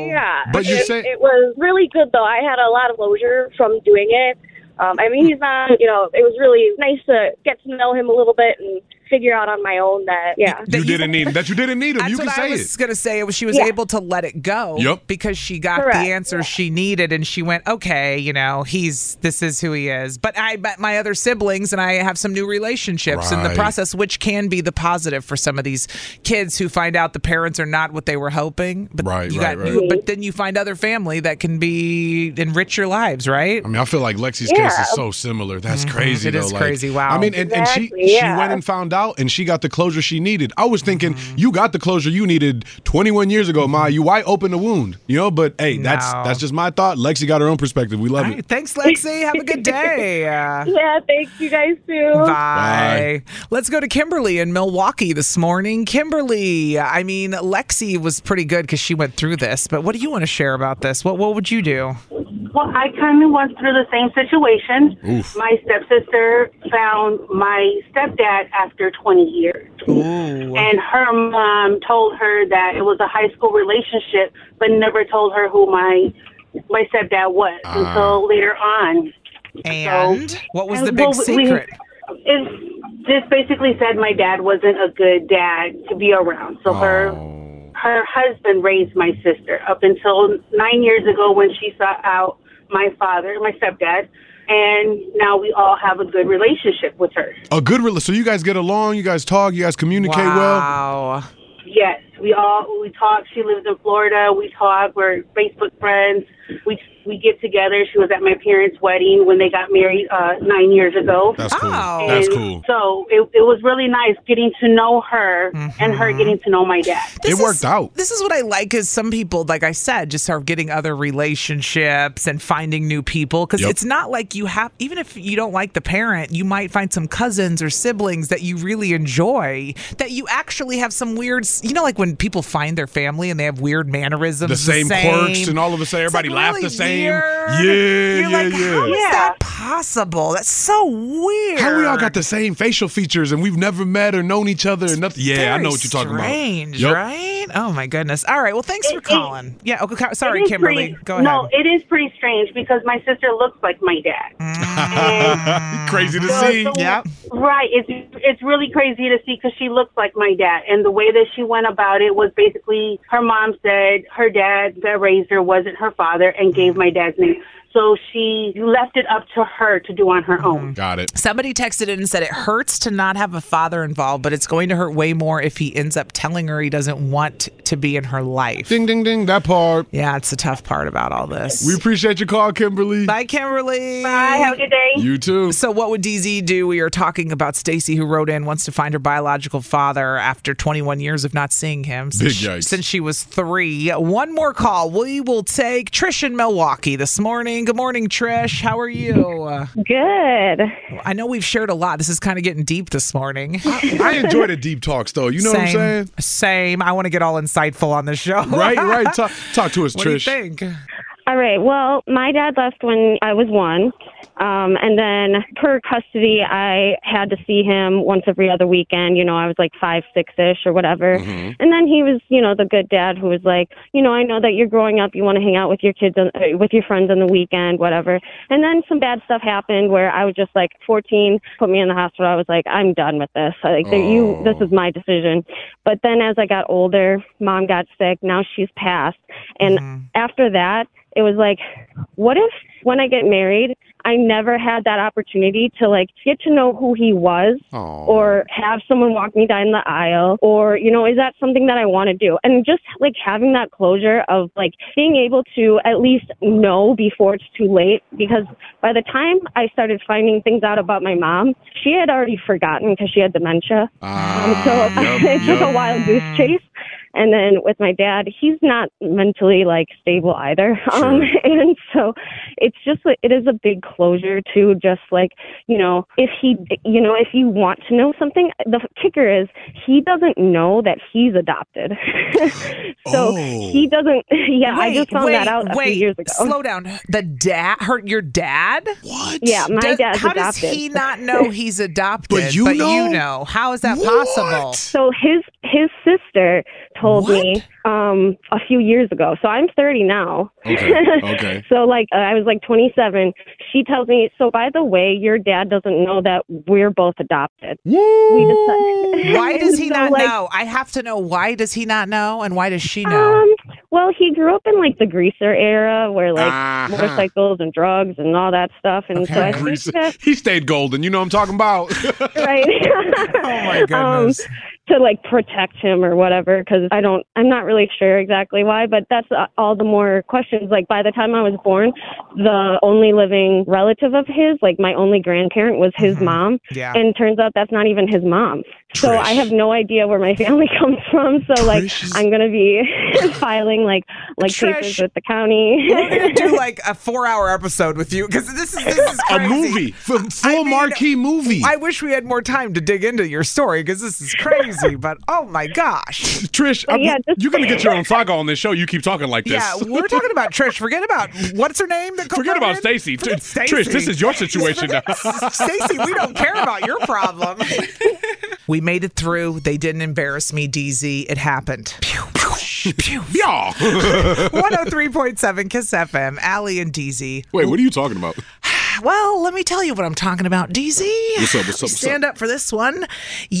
S4: So yeah.
S2: But you
S4: it,
S2: say-
S4: it was really good though. I had a lot of closure from doing it. Um, I mean, he's not. You know, it was really nice to get to know him a little bit and
S7: figure out on my own that yeah.
S2: you didn't need that. You didn't need them.
S1: That's
S2: You
S1: what
S2: can
S1: I
S2: say
S1: was
S2: it.
S1: going to say. It was she was
S7: Yeah.
S1: able to let it go
S2: Yep.
S1: Oh, because she got
S7: Correct,
S1: the answers she needed, and she went, "Okay, you know, he's this is who he is." But I met my other siblings, and I have some new relationships in the
S2: Right.
S1: process, which can be the positive for some of these kids who find out the parents are not what they were hoping. But
S2: Right,
S1: you
S2: right,
S1: got
S2: right.
S1: new- but then you find other family that can be enrich your lives, right? Mm-hmm.
S2: I mean, I feel like Lexi's
S7: Yeah.
S2: case is so similar. That's crazy.
S1: It
S2: though.
S1: is
S2: like-
S1: crazy. Wow.
S2: I mean, and, and she
S7: Exactly,
S2: she
S7: yeah.
S2: went and found out, and she got the closure she needed. I was thinking,
S1: Mm-hmm.
S2: you got the closure you needed 21 years ago, Ma. You why open the wound? You know, but hey, that's
S1: No.
S2: that's just my thought. Lexi got her own perspective. We love
S1: All
S2: it.
S1: right, thanks, Lexi. Have a good day. Uh,
S7: Yeah, thanks you guys too.
S1: Bye. Let's go to Kimberly in Milwaukee this morning. Kimberly, I mean, Lexi was pretty good because she went through this, but what do you want to share about this? What What would you do?
S8: Well, I kind of went through the same situation.
S2: Oof.
S8: My stepsister found my stepdad after 20 years. And her mom told her that it was a high school relationship, but never told her who my my stepdad was
S2: Ah.
S8: until later on.
S1: And what was the
S8: And,
S1: big
S8: well, we- we-
S1: secret?
S8: It just basically said my dad wasn't a good dad to be around. So her
S2: Oh.
S8: her husband raised my sister up until nine years ago when she sought out my father, my stepdad, and now we all have a good relationship with her.
S2: A good rela- so you guys get along, you guys talk, you guys communicate well.
S1: wow.
S8: Yes, we all we talk. She lives in Florida. We talk. We're Facebook friends. We we get together. She was at my parents' wedding when they got married uh, nine years ago.
S2: That's cool.
S1: Oh.
S2: That's
S8: And
S2: cool.
S8: So it, it was really nice getting to know her and her
S1: Mm-hmm.
S8: getting to know my dad.
S2: It worked
S1: is-
S2: out.
S1: This is what I like is some people, like I said, just are getting other relationships and finding new people. Because
S2: Yep.
S1: it's not like you have, even if you don't like the parent, you might find some cousins or siblings that you really enjoy that you actually have some weird, s- you know, like when people find their family and they have weird mannerisms,
S2: The same quirks, and all of a sudden
S1: It's, like,
S2: everybody laugh
S1: really
S2: the same.
S1: weird.
S2: Yeah,
S1: You're
S2: yeah,
S1: like,
S2: yeah.
S1: How is
S8: Yeah.
S1: that possible? That's so weird.
S2: How we all got the same facial features and we've never met or known each other or nothing. Yeah, I
S1: Very
S2: know what you're talking
S1: strange,
S2: about. Yup.
S1: right? Oh my goodness. All right. Well, thanks
S8: It-
S1: for
S8: it-
S1: calling. yeah. Okay. co-
S8: It
S1: Sorry,
S8: is
S1: Kimberly.
S8: pretty-
S1: Go ahead.
S8: No, it is pretty strange because my sister looks like my dad.
S2: Crazy to
S8: So-
S2: see.
S8: so-
S1: Yep.
S8: Right. It's it's really crazy to see because she looks like my dad, and the way that she went about it was basically her mom said her dad that raised her wasn't her father and gave
S1: Mm-hmm.
S8: my dad's name, so she left it up to her to do on
S1: Mm-hmm.
S8: her own.
S2: Got it.
S1: Somebody texted in and said it hurts to not have a father involved, but it's going to hurt way more if he ends up telling her he doesn't want to be in her life.
S2: Ding, ding, ding. That part.
S1: Yeah, it's the tough part about all this.
S2: We appreciate your call, Kimberly.
S1: Bye, Kimberly.
S8: Bye. Have a good day.
S2: You too.
S1: So, what would DZ do? We are talking about Stacy, who wrote in, wants to find her biological father after 21 years of not seeing him since,
S2: Big yikes.
S1: since she was three. One more call. We will take Trish in Milwaukee this morning. Good morning, Trish. How are you? Uh,
S7: Good.
S1: I know we've shared a lot. This is kind of getting deep this morning.
S2: I enjoy the deep talks, though. You know what I'm saying?
S1: Same. I want to get all insightful on this show.
S2: Right, right. Talk, talk to us,
S1: What do you
S2: Trish.
S1: think?
S7: All right. Well, my dad left when I was one. Um, and then per custody, I had to see him once every other weekend. You know, I was like five, six ish or
S9: Mm-hmm.
S7: whatever.
S2: Mm-hmm.
S7: And then he was, you know, the good dad who was like, you know, I know that you're growing up. You want to hang out with your kids, on, uh, with your friends on the weekend, whatever. And then some bad stuff happened where I was just like 14, put me in the hospital. I was like, I'm done with this. I, like, you, this is my decision. But then as I got older, mom got sick. Now she's passed. And after that, it was like, what if when I get married, I never had that opportunity to like get to know who he was or have someone walk me down the aisle or, you know, is that something that I want to do? And just like having that closure of like being able to at least know before it's too late because by the time I started finding things out about my mom, she had already forgotten because she had dementia. Um,
S2: Ah,
S7: So
S2: yup,
S7: it took a
S2: yup.
S7: wild goose chase. And then with my dad, he's not mentally like stable either. Um, and so it's just, like- it is a big closure to just like, you know, if he, you know, if you want to know something, the kicker is he doesn't know that he's adopted. so
S2: Oh.
S7: he doesn't, yeah, I
S1: Wait,
S7: just found
S1: wait,
S7: that out a
S1: wait.
S7: few years ago.
S1: Slow down. The dad, her, your dad.
S2: What?
S7: yeah, my
S1: Does-
S7: dad's
S1: how
S7: adopted.
S1: does he not know he's adopted?
S2: But you know?
S1: How is that
S2: What?
S1: possible?
S7: So his his sister told me um, a few years ago. So I'm 30 now.
S10: Okay, okay.
S7: so like uh, I was like 27. She tells me, so by the way, your dad doesn't know that we're both adopted. We decided-
S1: Why does he
S7: So,
S1: not
S7: like,
S1: know? I have to know why does he not know and why does she know?
S7: Um, well, he grew up in like the greaser era where like
S2: Uh-huh.
S7: motorcycles and drugs and all that stuff, and so I think
S2: Grease. He stayed golden. You know what I'm talking about.
S7: right. oh
S2: my goodness.
S7: to like protect him or whatever, because I don't, I'm not really sure exactly why, but that's uh, all the more questions. Like by the time I was born, the only living relative of his, like my only grandparent, was
S2: Mm-hmm.
S7: his mom,
S11: Yeah.
S7: and turns out that's not even his mom. So I have no idea where my family comes from. So like I'm gonna be filing like like papers
S1: Trish.
S7: with the county.
S1: We're gonna do like a four-hour episode with you because this is this is
S2: A
S1: crazy.
S2: movie. Full marquee movie.
S1: I wish we had more time to dig into your story because this is crazy. but oh my gosh,
S2: Trish, I'm- you're gonna get your own saga on this show. You keep talking like this.
S1: Yeah, we're talking about Trish. Forget about what's her name. That
S2: Forget about Stacy. Tr- Trish, this is your situation now.
S1: Stacy, we don't care about your problem. we made it through. They didn't embarrass me, DZ. It happened. Pew, pew, pew.
S2: Yeah.
S1: 103.7 Kiss FM, Allie and DZ.
S2: Wait, what are you talking about?
S1: Well, let me tell you what I'm talking about, DZ.
S2: What's up? What's up? What's up?
S1: Stand up for this one.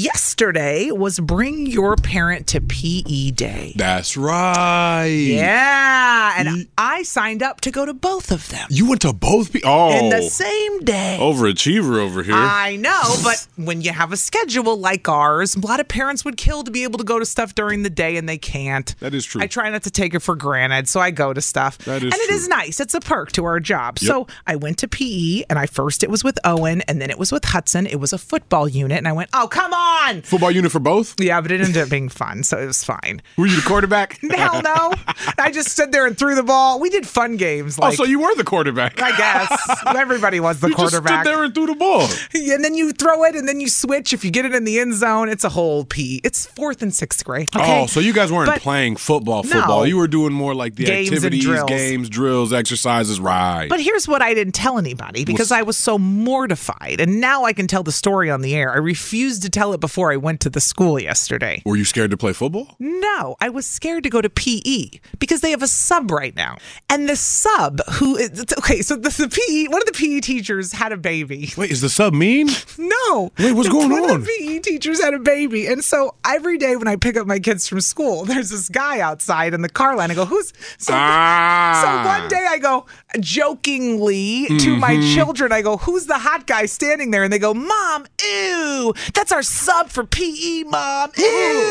S1: Yesterday was Bring Your Parent to PE Day.
S2: That's right.
S1: Yeah. And
S2: E
S1: I signed up to go to both of them
S2: You went to both. Pe- oh,
S1: in the same day.
S2: overachiever over here.
S1: I know, but when you have a schedule like ours, a lot of parents would kill to be able to go to stuff during the day and they can't.
S2: That is true.
S1: I try not to take it for granted, so I go to stuff. That
S2: is
S1: and it
S2: true.
S1: is nice. It's a perk to our job.
S2: Yep.
S1: So I went to PE and I first it was with Owen and then it was with Hudson. It was a football unit and I went, "Oh, come on."
S2: Football unit for both?
S1: Yeah, but it ended up being fun, so it was fine.
S2: Were you the quarterback?
S1: Hell no. I just stood there and threw the ball. We did fun games like
S2: oh, so you were the quarterback.
S1: I guess everybody was the
S2: You just stood
S1: quarterback.
S2: there and threw the ball.
S1: and then you throw it, and then you switch. If you get it in the end zone, it's a whole P. It's fourth and sixth grade. Okay?
S2: Oh, so you guys weren't
S1: But
S2: playing football,
S1: No.
S2: football. You were doing more like the
S1: Games and
S2: activities,
S1: drills.
S2: games, drills, exercises, right?
S1: But here's what I didn't tell anybody because I was so mortified, and now I can tell the story on the air. I refused to tell it before I went to the school yesterday.
S2: were you scared to play football?
S1: No, I was scared to go to PE because they have a sub right now. And the sub who is okay, so the, the PE one of the PE teachers had a baby.
S2: Wait, is the sub mean?
S1: No.
S2: Wait, what's going
S1: One
S2: on?
S1: of the PE teachers had a baby. And so every day when I pick up my kids from school, there's this guy outside in the car line. I go, who's so,
S2: Ah.
S1: so one day I go jokingly to my
S2: Mhm.
S1: children, I go, who's the hot guy standing there? And they go, Mom, ew, that's our sub for PE, Mom.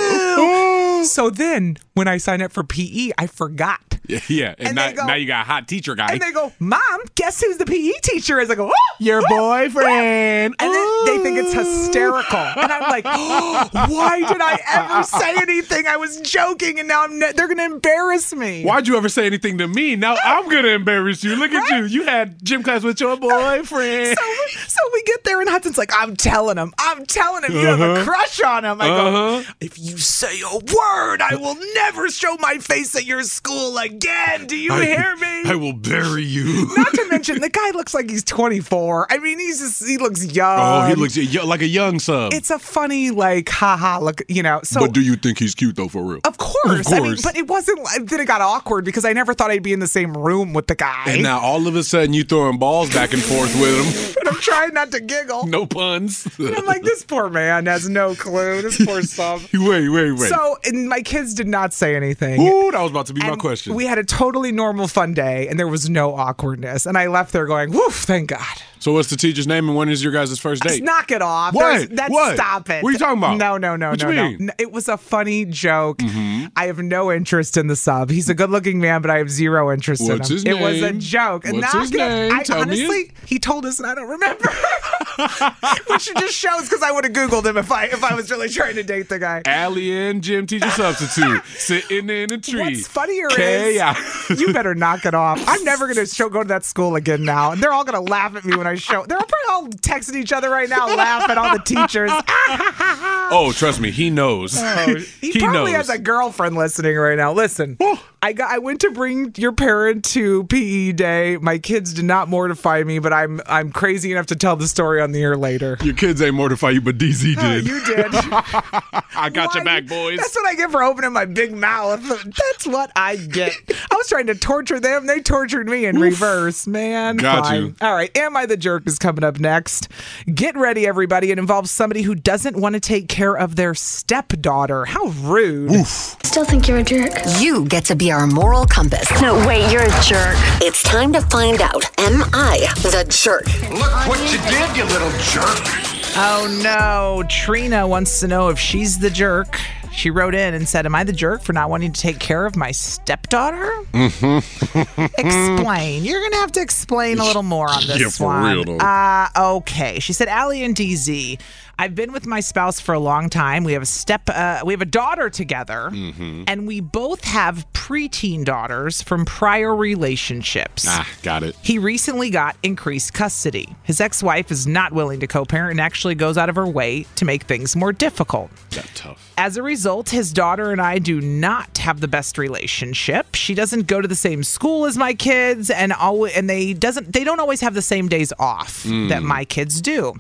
S1: Ew. so then when I sign up for PE, I forgot.
S2: Yeah, yeah. And,
S1: And
S2: now,
S1: they go-
S2: now you got a hot teacher guy.
S1: And they go, Mom, guess who's the PE teacher is? I go, oh,
S2: Your boyfriend.
S1: And then they think it's hysterical. And I'm like, oh, why did I ever say anything? I was joking, and now I'm ne- they're going to embarrass me.
S2: Why'd you ever say anything to me? Now I'm gonna embarrass you. Look at you. You had gym class with your boyfriend.
S1: So, so we get there, and Hudson's like, I'm telling him, I'm telling him, you have
S2: Uh-huh.
S1: a crush on him. I go,
S2: Uh-huh.
S1: oh, if you say a word, I will never show my face at your school again. Do you
S2: I-
S1: hear me?
S2: I will bury you.
S1: Not to mention, the guy looks like he's 24. I mean, he's just, he looks young.
S2: Oh, he looks y- like a young sub.
S1: It's a funny, like, haha, look, you know. So
S2: but do you think he's cute though, for real?
S1: Of course. I mean,
S2: course.
S1: but it wasn't like, then it got awkward because I never thought I'd be in the same room with the guy.
S2: And now all of a sudden you throwing balls back and forth with
S1: But I'm trying not to giggle.
S2: him. No puns.
S1: And I'm like, this poor man has no clue. This poor sub.
S2: wait, wait, wait.
S1: So, and my kids did not say anything.
S2: Ooh, that was about to be my
S1: And
S2: question.
S1: We had a totally normal fun day and there was no awkwardness. And I left there going, woof, thank God.
S2: so what's the teacher's name and when is your guys' first
S1: Just
S2: date?
S1: knock it off.
S2: What?
S1: There's- That's,
S2: What?
S1: Stop it.
S2: What are you talking about?
S1: No, no, no,
S2: What
S1: no,
S2: you
S1: no.
S2: mean? Mm-hmm.
S1: N- It was a funny joke. I have no interest in the sub. He's a good looking man, but I have zero interest
S2: What's
S1: in him.
S2: his
S1: It was a
S2: name?
S1: joke. And
S2: What's
S1: now
S2: his
S1: I'm gonna,
S2: name?
S1: I
S2: Tell me his-
S1: honestly, he told us and I don't remember. Which just shows because I would have Googled him if I if I was really trying to date the guy.
S2: Allie and gym teacher substitute sitting in a tree.
S1: What's funnier
S2: Chaos.
S1: is you better knock it off. I'm never gonna show, go to that school again now, and they're all gonna laugh at me when I show. They're probably all texting each other right now, laugh at all the teachers.
S2: Oh, trust me, he knows.
S1: Oh, he, probably has a girlfriend listening right now. Listen, I got. I went to bring your parent to PE day. My kids did not mortify me, but I'm I'm crazy enough to tell the story on the air later. Oh,
S2: Your kids ain't mortify you, but DZ did.
S1: you did.
S2: I got your back, boys.
S1: That's what I get for opening my big mouth. That's what I get. I was trying to torture them. They tortured me in reverse, man.
S2: Got
S1: Fine.
S2: you.
S1: All right. Am I the jerk is coming up next. Get ready, everybody. It involves somebody who doesn't want to take care of their stepdaughter. How rude.
S5: Still think you're a jerk. You get to be our moral compass. No, wait, you're a jerk. It's time to find out. Am I the jerk?
S10: Look what you did, you little jerk.
S1: Oh no. Trina wants to know if she's the jerk. She wrote in and said, Am I the jerk for not wanting to take care of my stepdaughter?
S2: Hmm. Mm-hmm.
S1: Explain. You're going to have to explain a little more on this
S2: Yeah, for
S1: one.
S2: real, though.
S1: Uh, okay. She said, Allie and DZ, I've been with my spouse for a long time. We have a step, uh, we have a daughter together,
S2: Mm-hmm.
S1: and we both have preteen daughters from prior relationships.
S2: Ah, got it.
S1: He recently got increased custody. His ex wife is not willing to co parent and actually goes out of her way to make things more difficult.
S2: That tough.
S1: As a result, his daughter and I do not have the best relationship. She doesn't go to the same school as my kids and always, and they doesn't they don't always have the same days off
S2: Hmm.
S1: that my kids do.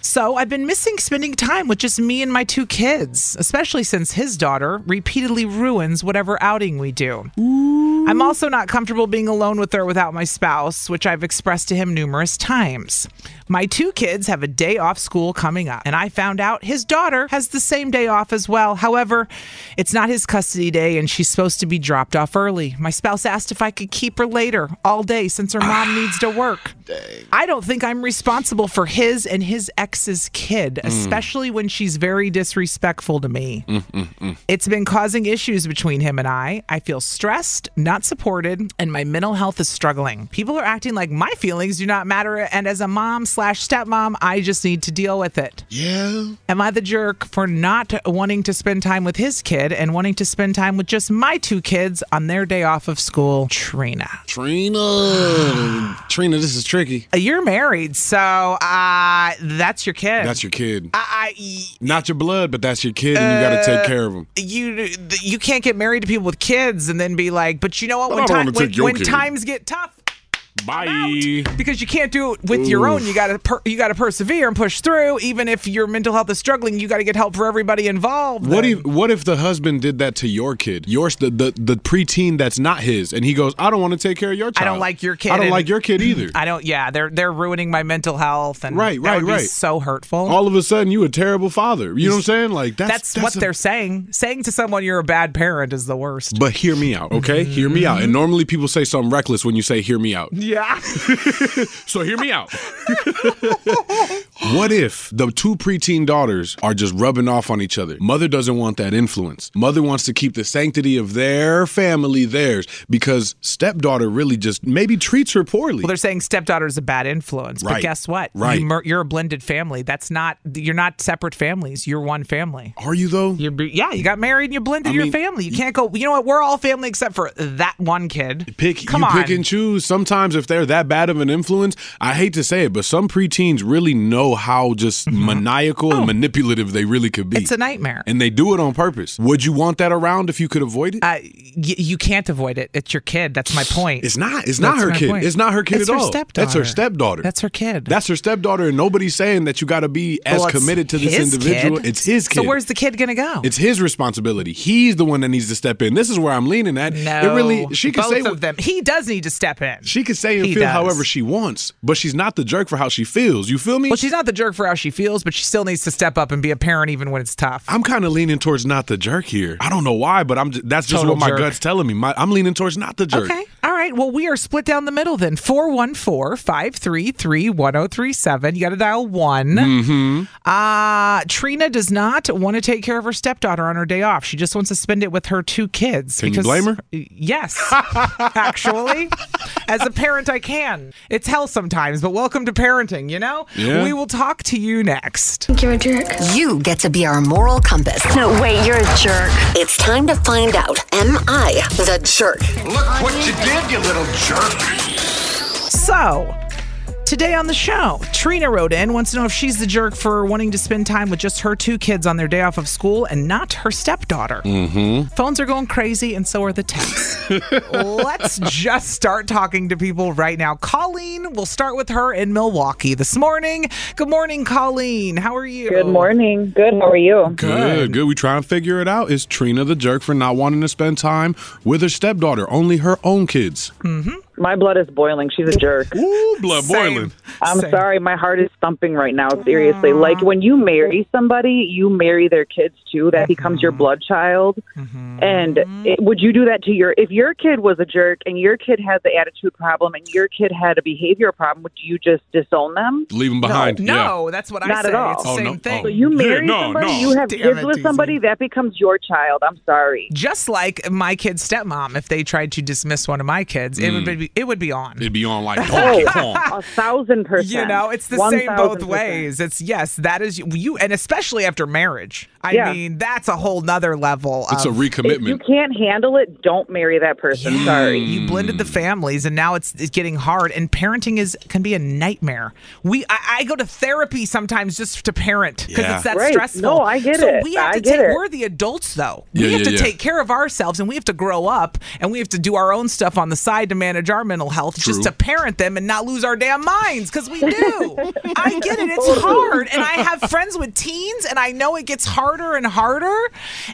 S1: So I've been missing spending time with just me and my two kids, especially since his daughter repeatedly ruins whatever outing we do. I'm also not comfortable being alone with her without my spouse, which I've expressed to him numerous times. My two kids have a day off school coming up, and I found out his daughter has the same day off as well. However, it's not his custody day, and she's supposed to be dropped off early. My spouse asked if I could keep her later all day since her mom needs to work. I don't think I'm responsible for his and his ex's kid, especially when she's very disrespectful to me. It's been causing issues between him and I. I feel stressed, not supported, and my mental health is struggling. People are acting like my feelings do not matter, and as a mom slash stepmom, I just need to deal with it.
S2: Yeah.
S1: Am I the jerk for not wanting to spend time with his kid and wanting to spend time with just my two kids on their day off of school? Trina.
S2: Trina. Trina, this is tricky.
S1: Uh, You're married, so uh, that's your kid. Uh,
S2: That's your kid.
S1: I, I,
S2: Not your blood, but that's your kid, and you got to
S1: Uh,
S2: take care of him.
S1: you th- you can't get married to people with kids and then be like, but you know what?
S2: But
S1: When,
S2: I don't
S1: time,
S2: wanna
S1: when,
S2: take your
S1: when
S2: kid."
S1: times get tough,
S2: Bye.
S1: because you can't do it with your own, you gotta per- you gotta persevere and push through. Even if your mental health is struggling, you gotta get help for everybody involved.
S2: What
S1: then.
S2: if what if the husband did that to your kid, yours the, the the preteen that's not his, and he goes, I don't want to take care of your
S1: I
S2: child.
S1: don't like your kid.
S2: I don't
S1: and-
S2: like your kid either.
S1: I don't. Yeah, they're they're ruining my mental health and
S2: Right,
S1: that
S2: right,
S1: would be
S2: right.
S1: so hurtful.
S2: All of a sudden, you a terrible father. You know what I'm saying? Like that's
S1: Oh. that's, what
S2: a-
S1: they're saying. Saying to someone you're a bad parent is the worst.
S2: But hear me out, okay? Hear me
S1: Mm-hmm.
S2: out. And normally people say something reckless when you say "hear me out."
S1: Yeah.
S2: So hear me out. what if the two preteen daughters are just rubbing off on each other? Mother doesn't want that influence. Mother wants to keep the sanctity of their family theirs because stepdaughter really just maybe treats her poorly.
S1: Well, they're saying stepdaughter is a bad influence, but
S2: Right.
S1: guess what?
S2: Right.
S1: You you're a blended family. That's not you're not separate families. You're one family.
S2: are you though?
S1: You're, yeah, you got married and you blended your
S2: mean,
S1: family. You can't go. You know what? We're all family except for that one kid.
S2: Pick
S1: Come
S2: you
S1: on.
S2: pick and choose. Sometimes if they're that bad of an influence, I hate to say it, but some preteens really know how just maniacal and manipulative they really could be.
S1: Mm-hmm. Oh. It's a nightmare.
S2: and they do it on purpose. Would you want that around if you could avoid it?
S1: uh, y- you can't avoid it. It's your kid. That's my point.
S2: It's not. Ah, It's not
S1: That's
S2: her
S1: my
S2: kid.
S1: point.
S2: It's not her kid
S1: It's
S2: at
S1: her
S2: all. That's her
S1: stepdaughter.
S2: stepdaughter.
S1: That's her kid.
S2: That's her stepdaughter, and nobody's saying that you got to be as
S1: Well, it's
S2: committed to this
S1: his
S2: individual.
S1: kid.
S2: It's his kid.
S1: So where's the kid gonna go?
S2: It's his responsibility. He's the one that needs to step in. This is where I'm leaning at.
S1: no.
S2: It really. She can
S1: both
S2: say
S1: of
S2: what.
S1: them. He does need to step in.
S2: She can say and
S1: He
S2: feel
S1: does.
S2: however she wants, but she's not the jerk for how she feels. You feel me?
S1: Well, she's not the jerk for how she feels, but she still needs to step up and be a parent even when it's tough.
S2: I'm kind of leaning towards not the jerk here. I don't know why, but I'm. j- That's just
S1: Total
S2: what my
S1: jerk.
S2: gut's telling me. My, I'm leaning towards not the jerk.
S1: Okay. All right. Well, we are split down the middle then. 414 533 1037. You got to dial one.
S2: Mm-hmm.
S1: Uh, Trina does not want to take care of her stepdaughter on her day off. She just wants to spend it with her two kids.
S2: Can you blame her?
S1: Yes. actually, as a parent, I can. It's hell sometimes, but welcome to parenting, you know?
S2: Yeah.
S1: We will talk to you next.
S5: Think you're a jerk. You get to be our moral compass. No, wait, you're a jerk. It's time to find out. Am I the jerk?
S10: Look what you did, you little jerk.
S1: So, Today on the show, Trina wrote in, wants to know if she's the jerk for wanting to spend time with just her two kids on their day off of school and not her stepdaughter.
S2: Mm-hmm.
S1: Phones are going crazy, and so are the texts. Let's just start talking to people right now. Colleen, we'll start with her in Milwaukee this morning. Good morning, Colleen. How are you?
S11: Good morning. Good. How are you?
S2: Good, good. We try and figure it out. Is Trina the jerk for not wanting to spend time with her stepdaughter, only her own kids?
S1: Mm-hmm.
S11: My blood is boiling. She's a jerk.
S2: Ooh, blood boiling.
S11: I'm sorry. My heart is thumping right now. Seriously. Like when you marry somebody, you marry their kids too. That becomes
S1: Mm-hmm.
S11: your blood child. And it, would you do that to your, if your kid was a jerk and your kid had the attitude problem and your kid had a behavior problem, would you just disown them?
S2: Leave them behind.
S1: No, that's what I
S11: Not at
S1: said.
S11: all.
S1: It's the
S2: Oh,
S1: same
S2: no.
S1: thing.
S2: Oh.
S11: So you
S2: Yeah,
S11: marry
S2: no,
S11: somebody,
S2: no.
S11: you have
S1: Damn
S11: kids
S1: it,
S11: with
S1: DZ.
S11: somebody, that becomes your child. I'm sorry.
S1: Just like my kid's stepmom, if they tried to dismiss one of my kids, it would be it would be on.
S2: Yeah. Mm. It'd be on like Donkey Kong.
S11: a thousand percent.
S1: You know, it's the
S11: One
S1: same both
S11: thousand percent.
S1: ways. It's yes, that is you, and especially after marriage. I
S11: Yeah.
S1: mean, that's a whole nother level.
S2: It's a
S1: of-
S11: If you
S2: recommitment.
S11: can't handle it, don't marry that person. Sorry.
S1: You blended the families, and now it's, it's getting hard. And parenting is can be a nightmare. We I, I go to therapy sometimes just to parent because
S2: Yeah.
S1: it's that
S11: Right.
S1: stressful.
S11: No, I get
S1: so
S11: it.
S1: We have
S11: I
S1: to
S11: get
S1: take.
S11: it.
S1: We're the adults though.
S2: Yeah,
S1: we have
S2: yeah,
S1: to
S2: yeah.
S1: take care of ourselves, and we have to grow up, and we have to do our own stuff on the side to manage our mental health,
S2: True.
S1: just to parent them and not lose our damn minds because we do. I get it. It's hard, and I have friends with teens, and I know it gets harder and harder.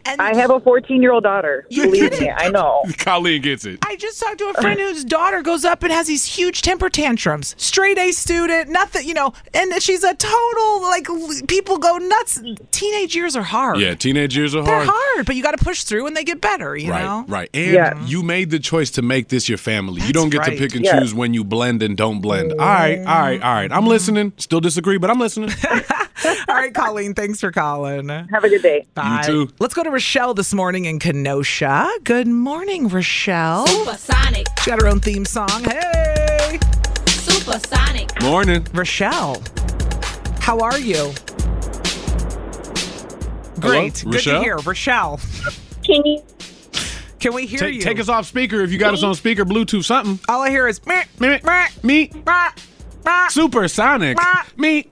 S1: And
S11: I have a 14 year old daughter.
S1: You
S11: Believe
S1: did
S11: me,
S1: it.
S11: I know.
S2: Colleen gets it.
S1: I just talked to a friend whose daughter goes up and has these huge temper tantrums. Straight A student, nothing, you know, and she's a total like l- people go nuts. Teenage years are hard.
S2: Yeah, teenage years are
S1: They're
S2: hard.
S1: hard, but you got to push through and they get better, you
S2: Right,
S1: know?
S2: right. And
S11: Yeah.
S2: you made the choice to make this your family. you don't get
S1: right.
S2: to pick and
S11: Yeah.
S2: choose when you blend and don't blend. All right, all right, all
S1: Mm.
S2: right. I'm listening. Still disagree, but I'm listening.
S1: All right, Colleen, thanks for calling. Bye.
S11: Have a good day.
S2: you too.
S1: Let's go to Rochelle this morning in Kenosha. Good morning, Rochelle.
S12: Supersonic,
S1: She got her own theme song. Hey,
S12: supersonic.
S2: Morning.
S1: Rochelle. How are you? Great. Good
S2: Rochelle?
S1: to hear. Rochelle,
S7: Can you?
S1: can we hear
S2: Take,
S1: you?
S2: take us off speaker if you got us on speaker, Bluetooth, something.
S1: All I hear is meh,
S2: Meh,
S1: meh,
S2: Me,
S1: meh, meh.
S2: supersonic. Me.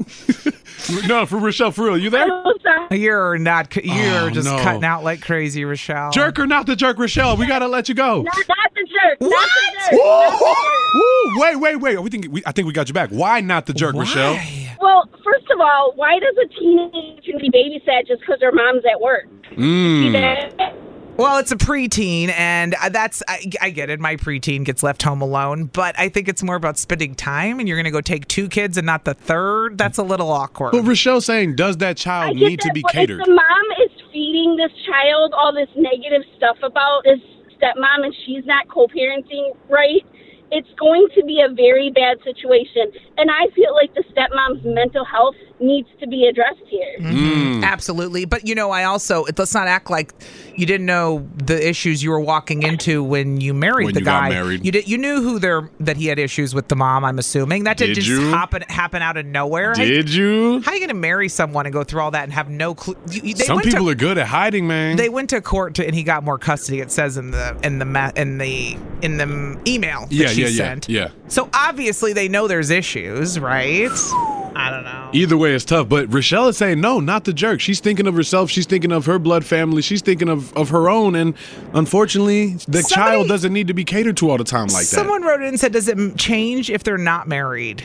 S2: no, for Rochelle, for real. You there?
S1: You're not. c- You're
S2: Oh,
S1: just
S2: no.
S1: cutting out like crazy, Rochelle.
S2: Jerk or not the jerk, Rochelle? We gotta let you go.
S7: That's a jerk.
S1: What?
S2: Woo! Wait, wait, wait. We think we, I think we got you back. Why not the jerk, Rochelle?
S1: Why?
S7: Well, first of all, why does a teenager be babysat just because her mom's at work?
S2: Mm.
S1: Well, it's a preteen, and uh, that's I, I get it. My preteen gets left home alone, but I think it's more about spending time. And you're going to go take two kids and not the third. That's a little awkward.
S2: But Rochelle's saying, does that
S7: I
S2: child
S7: get
S2: need
S7: that,
S2: to be
S7: but
S2: catered?
S7: If the mom is feeding this child all this negative stuff about this stepmom and she's not co-parenting right, it's going to be a very bad situation. And I feel like the stepmom's mental health needs to be addressed here.
S1: Mm-hmm.
S2: Mm-hmm.
S1: Mm.
S2: Mm.
S1: Absolutely, but you know, I also it- let's not act like you didn't know the issues you were walking into when you married
S2: When
S1: the
S2: you got
S1: guy.
S2: married.
S1: You did. You knew who there that he had issues with the mom. I'm assuming that didn't
S2: Did
S1: just
S2: you?
S1: happen happen out of nowhere. How you-
S2: Did you?
S1: How are you going to marry someone and go through all that and have no clue? You- you- They
S2: Some
S1: went
S2: people
S1: to,
S2: are good at hiding, man.
S1: They went to court to, and he got more custody. It says in the in the ma- in the in the email that
S2: yeah,
S1: she
S2: yeah, yeah,
S1: sent.
S2: yeah.
S1: So obviously they know there's issues, right? I don't know.
S2: Either way, it's tough. But Rochelle is saying, no, not the jerk. She's thinking of herself. She's thinking of her blood family. She's thinking of, of her own. And unfortunately, the
S1: Somebody-
S2: child doesn't need to be catered to all the time like
S1: Someone wrote in and said, "Does it m- change if they're not married?"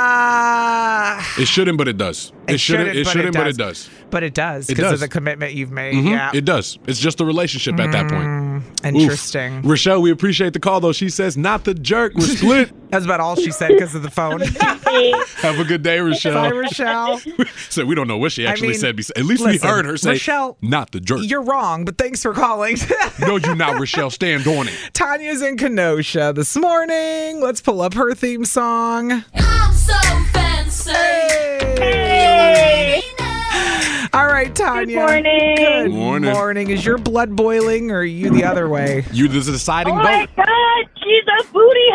S1: Ah,
S2: that. It shouldn't, but it does. It, shouldn't. It shouldn't, but it does.
S1: But it does
S2: It
S1: because of
S2: does.
S1: the commitment you've made.
S2: Mhm.
S1: Yeah,
S2: It does. It's just a relationship at that point. Oof.
S1: interesting.
S2: Rochelle, we appreciate the call, though. She says, not the jerk. We're split.
S1: That's about all she said because of the phone.
S2: Have a good day, Rochelle.
S1: Bye, Rochelle.
S2: so we don't know what she
S1: I
S2: actually
S1: mean,
S2: said. bes- At least we
S1: listen,
S2: heard her say,
S1: Rochelle,
S2: not the jerk.
S1: You're wrong, but thanks for calling.
S2: No, you not, Rochelle. Stand on it.
S1: Tanya's in Kenosha this morning. Let's pull up her theme song.
S12: I'm so fancy.
S1: Hey! All right, Tanya.
S4: morning.
S1: Good
S2: Morning.
S1: morning. Is your blood boiling or are you the other way?
S2: You the deciding
S4: Oh my God, she's a booty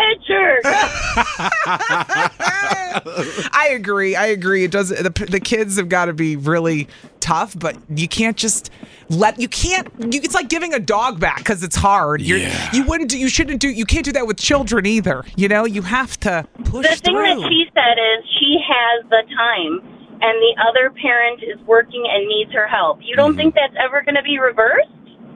S4: hitcher.
S1: I agree. I agree. It does. The, the kids have got to be really tough, but you can't just let. You can't. You, it's like giving a dog back because it's hard. You're,
S2: Yeah.
S1: You wouldn't do. You shouldn't do. You can't do that with children either. You know. You have to push
S13: the thing
S1: through.
S13: that she said is she has the time and the other parent is working and needs her help. You don't think that's ever going to be reversed?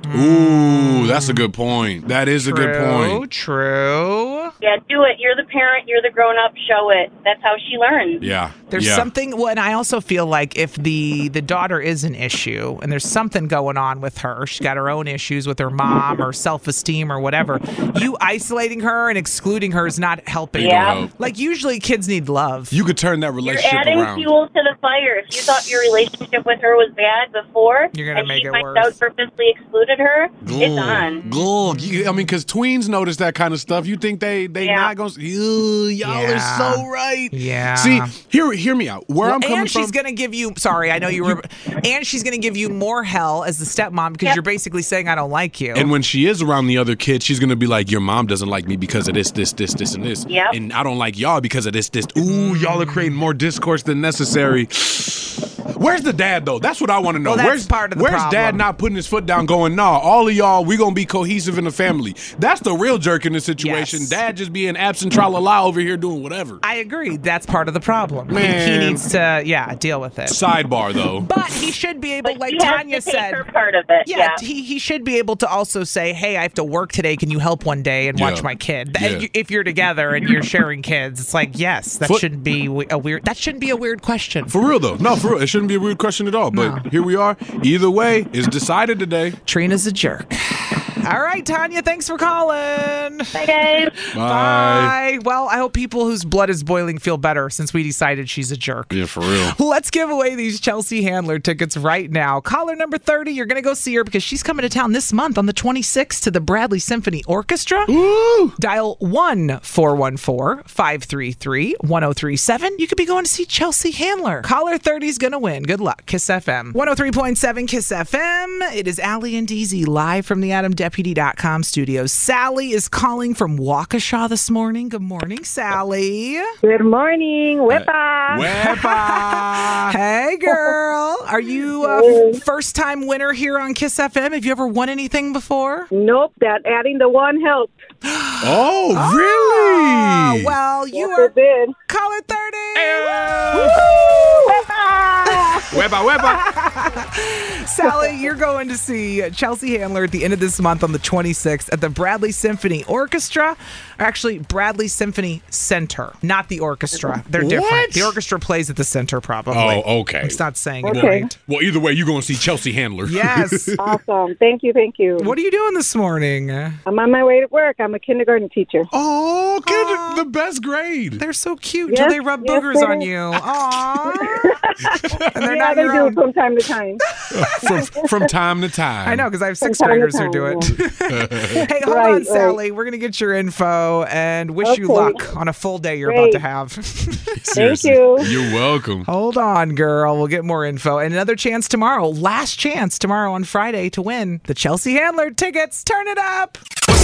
S1: Mm.
S2: Ooh, that's a good point. That is a good point.
S1: True.
S13: Yeah, do it. You're the parent, you're the grown up, show it. That's how she learns.
S2: Yeah.
S1: There's something. Well, and I also feel like if the the daughter is an issue, and there's something going on with her, she's got her own issues with her mom or self esteem or whatever. You isolating her and excluding her is not helping.
S13: Ain't no Yeah. help.
S1: Like usually, kids need love.
S2: You could turn that
S13: You're
S2: relationship
S13: adding
S2: around.
S13: fuel to the fire. If you thought your relationship with her was bad before,
S2: You're gonna
S13: and
S2: make
S13: she
S2: it
S13: finds
S2: worse.
S13: out purposely excluded her, it's
S2: Glug.
S13: on.
S2: Glug. You- I mean, because tweens notice that kind of stuff. You think they they not going to... Y'all
S1: Yeah.
S2: are so right.
S1: Yeah.
S2: See, hear, hear me out. Where
S1: Well,
S2: I'm coming
S1: and
S2: from...
S1: she's gonna give you. Sorry, I know you were. and she's gonna give you more hell as the stepmom because you're basically saying I don't like you.
S2: And when she is around the other kids, she's gonna be like, "Your mom doesn't like me because of this, this, this, this, and this."
S1: Yep.
S2: And I don't like y'all because of this, this. Ooh, y'all are creating more discourse than necessary. Where's the dad though? That's what I want to know.
S1: Well, that's
S2: where's
S1: part of the
S2: Where's
S1: problem.
S2: dad not putting his foot down? Going, nah, all of y'all, we gonna be cohesive in the family. That's the real jerk in this situation. Dad just being absent, tra la la over here doing whatever.
S1: I agree. That's part of the problem. He- He
S2: Man.
S1: needs to, yeah, deal with it.
S2: Sidebar though.
S1: But he should be able, like
S13: she has to
S1: Tanya
S13: take
S1: said,
S13: her part of it, yeah.
S1: He, he should be able to also say, "Hey, I have to work today. Can you help one day and watch
S2: Yeah.
S1: my kid?" Th-
S2: Yeah.
S1: you- If you're together and you're sharing kids, it's like, yes, that
S2: Foot-
S1: shouldn't be we- a weird. That shouldn't be a weird question.
S2: For real though, no, for real, it shouldn't be a rude question at all. But here we are. Either way, it's decided today.
S1: Trina's a jerk. All right, Tanya, thanks for calling. Bye, guys.
S2: Bye.
S1: Bye. Well, I hope people whose blood is boiling feel better since we decided she's a jerk.
S2: Yeah, for real.
S1: Let's give away these Chelsea Handler tickets right now. Caller number 30, you're going to go see her because she's coming to town this month on the 26th to the Bradley Symphony Orchestra. Dial 1 414 533 1037. You could be going to see Chelsea Handler. Caller 30 is going to win. Good luck. Kiss FM. 103.7 Kiss FM. It is Allie and DZ live from the AdamDeputy.com studios. Sally is calling from Waukesha this morning. Good morning, Sally. Uh,
S14: Good morning. Wepa.
S1: Hey, girl. Are you a first time winner here on Kiss FM? Have you ever won anything before?
S14: Nope. That adding the one helped.
S2: Oh, really?
S1: Ah, well, you are caller 30. Woo!
S2: Weba, weba.
S1: Sally, you're going to see Chelsea Handler at the end of this month on the 26th at the Bradley Symphony Orchestra, or actually Bradley Symphony Center, not the orchestra. They're
S2: What?
S1: different. The orchestra plays at the center, probably.
S2: Oh, okay.
S1: It's not saying
S2: Well,
S1: it right.
S2: Well, either way, you're going to see Chelsea Handler.
S1: Yes.
S14: awesome. Thank you. Thank you.
S1: What are you doing this morning?
S14: I'm on my way to work. I'm a kindergarten teacher.
S2: Oh, kid, the best grade.
S1: They're so cute.
S14: Yes,
S1: Do they rub
S14: yes,
S1: boogers
S14: they
S1: on
S14: do.
S1: you? Aww. and they're
S14: yeah,
S1: not
S14: they
S1: your
S14: do
S1: own.
S14: from time to time.
S2: from, from time to time.
S1: I know because I have
S2: From
S1: sixth
S2: time to
S1: graders
S2: time,
S1: who do it. hey, hold
S14: Right,
S1: on,
S14: right.
S1: Sally. We're gonna get your info and wish you
S14: Okay.
S1: luck on a full day you're about to
S14: Great.
S1: have.
S14: Thank you.
S2: You're welcome.
S1: Hold on, girl. We'll get more info and another chance tomorrow. Last chance tomorrow on Friday to win the Chelsea Handler tickets. Turn it up.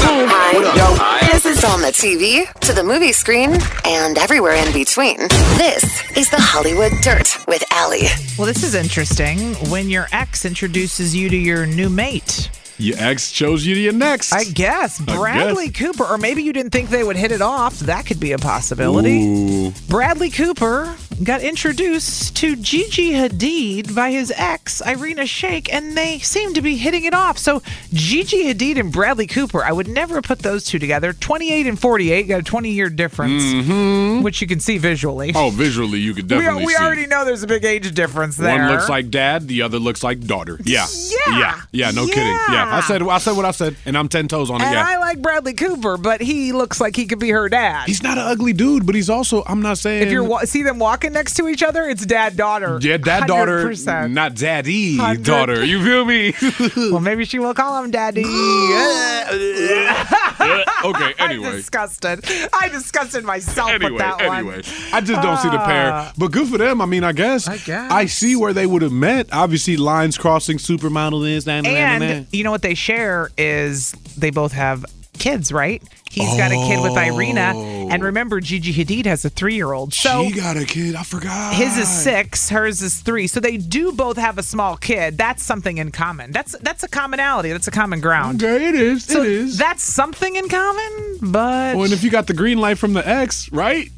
S5: Hi. This is on the TV, to the movie screen, and everywhere in between. This is the Hollywood Dirt with Allie.
S1: Well, this is interesting. When your ex introduces you to your new mate.
S2: Your ex chose you to your next.
S1: I guess Bradley Cooper, or maybe you didn't think they would hit it off. That could be a possibility.
S2: Ooh.
S1: Bradley Cooper got introduced to Gigi Hadid by his ex, Irina Shayk, and they seem to be hitting it off. So, Gigi Hadid and Bradley Cooper, I would never put those two together. 28 and 48 got a 20 year
S2: Mm,
S1: difference, which you can see visually.
S2: Mm-hmm. Oh, visually, you could
S1: we,
S2: definitely
S1: we
S2: see.
S1: already know there's a big age difference there.
S2: One looks like dad, the other looks like daughter. Yeah.
S1: Yeah.
S2: Yeah. Yeah, no kidding. Yeah. I said I said what I said, and I'm 10 toes on it.
S1: and
S2: yeah.
S1: I like Bradley Cooper, but he looks like he could be her dad.
S2: He's not an ugly dude, but he's also, I'm not saying.
S1: If you wa- see them walking next to each other, it's dad daughter.
S2: yeah, dad daughter,
S1: 100%.
S2: not daddy
S1: 100.
S2: daughter. You feel me?
S1: well, maybe she will call him daddy.
S2: Okay,
S1: I'm
S2: anyway.
S1: disgusted. I disgusted myself
S2: Anyway,
S1: with that
S2: anyway,
S1: one. Uh,
S2: I just don't see the pair.
S1: Ah.
S2: But good for them. I mean, I guess. I guess. I see where they would have met. Obviously, lines crossing, supermodel is. nah, nah, nah, nah, nah.
S1: And you know what they share is they both have kids, right? He's got a kid with Irina, and remember, Gigi Hadid has a three-year-old. So
S2: Oh. she got a kid. I forgot.
S1: his is six, hers is three. So they do both have a small kid. That's something in common. That's that's a commonality. That's a common ground.
S2: Okay, it is.
S1: So
S2: it is.
S1: That's something in common, but
S2: Well, and if you got the green light from the ex, right?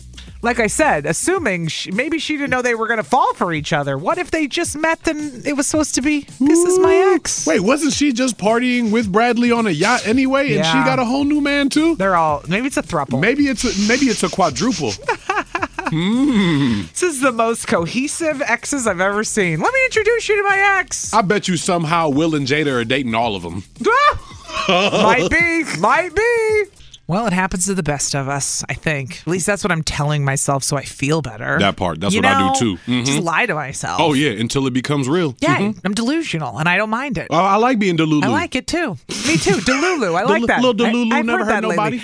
S1: like I said, assuming she, maybe she didn't know they were going to fall for each other. What if they just met and it was supposed to be this is my ex?
S2: Wait, wasn't she just partying with Bradley on a yacht anyway, and she
S1: Yeah.
S2: got a whole new man too?
S1: They're all maybe it's a thruple.
S2: Maybe it's a, maybe it's a quadruple. Mm.
S1: This is the most cohesive exes I've ever seen. Let me introduce you to my ex.
S2: I bet you somehow Will and Jada are dating all of them.
S1: might be, might be. Well, it happens to the best of us, I think. At least that's what I'm telling myself so I feel better.
S2: That part. That's
S1: You
S2: what I do
S1: know,
S2: too. Mhm.
S1: Just lie to myself.
S2: Oh yeah, until it becomes real. Mm-hmm.
S1: Yeah, I'm delusional and I don't mind it.
S2: Oh, I like being Delulu.
S1: I like it too. Me too. Delulu. I
S2: Del-
S1: like that.
S2: little Delulu
S1: I, have
S2: never
S1: heard,
S2: hurt
S1: that lately.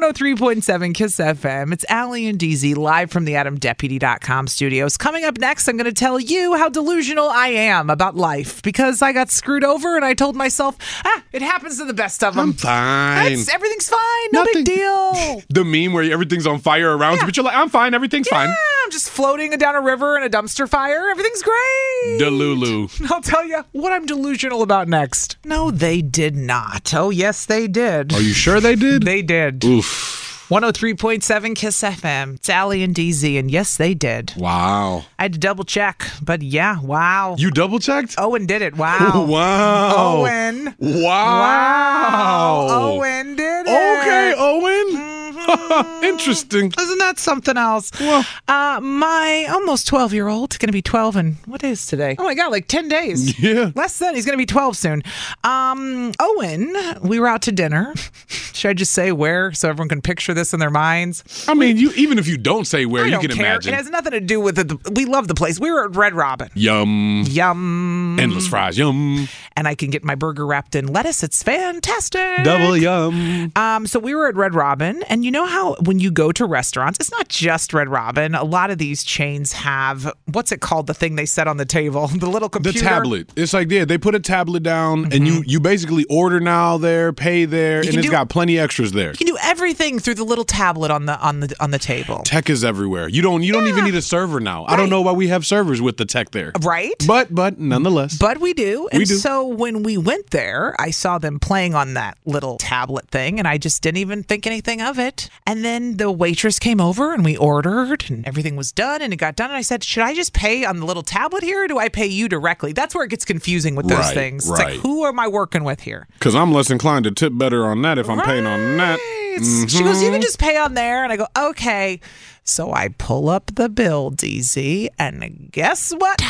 S1: 103.7 Kiss FM. It's Allie and DZ live from the AdamDeputy.com studios. Coming up next, I'm going to tell you how delusional I am about life because I got screwed over and I told myself, ah, it happens to the best of them.
S2: I'm fine.
S1: That's, everything's fine. No big deal.
S2: The meme where everything's on fire around you, but you're like, I'm fine. Everything's fine.
S1: Yeah, I'm just floating down a river in a dumpster fire. Everything's great.
S2: Delulu.
S1: I'll tell you what I'm delusional about next. No, they did not. Oh, yes, they did. oh
S2: Are you sure they did?
S1: They did.
S2: Oof.
S1: 103.7 Kiss FM. It's Allie and DZ, and yes, they did.
S2: Wow.
S1: I had to double check, but yeah, wow.
S2: You double checked?
S1: Owen did it. Wow.
S2: Wow.
S1: Owen.
S2: Wow.
S1: Owen did it.
S2: Okay, Owen. Interesting.
S1: Mm-hmm. Isn't that something else? uh, my almost 12 year old, going to be 12 in what is today? Oh my God, like 10 days.
S2: Yeah.
S1: Less than. He's going to be 12 soon. Um, Owen, we were out to dinner. Should I just say where so everyone can picture this in their minds?
S2: I mean, you even if you don't say where,
S1: I
S2: you
S1: don't
S2: can
S1: care.
S2: imagine.
S1: It has nothing to do with it. We love the place. We were at Red Robin.
S2: Yum.
S1: Yum.
S2: Endless fries. Yum.
S1: And I can get my burger wrapped in lettuce. It's fantastic.
S2: Double yum.
S1: Um, so we were at Red Robin, and you know how when you go to restaurants, it's not just Red Robin. A lot of these chains have what's it called? The thing they set on the table, the little
S2: The
S1: computer.
S2: tablet. It's like yeah, they put a tablet down, and you you basically order now there, pay there,
S1: Mm-hmm. You
S2: and
S1: can
S2: it's
S1: do-
S2: got plenty extras there.
S1: You can do everything through the little tablet on the on the on the table.
S2: Tech is everywhere. You don't you don't even need a server now. I don't know why we have servers with the tech there.
S1: Right?
S2: But but nonetheless.
S1: But we do.
S2: We
S1: And
S2: do.
S1: so when we went there, I saw them playing on that little tablet thing and I just didn't even think anything of it. And then the waitress came over and we ordered and everything was done and it got done. And I said, Should I just pay on the little tablet here or do I pay you directly? That's where it gets confusing with those
S2: Right,
S1: things. It's
S2: right.
S1: like, who am I working with here?
S2: Cause I'm less inclined to tip better on that if I'm paying on that.
S1: It's- She goes, You can
S2: Mhm.
S1: just pay on there. And I go, Okay. So I pull up the bill, DZ, and guess what?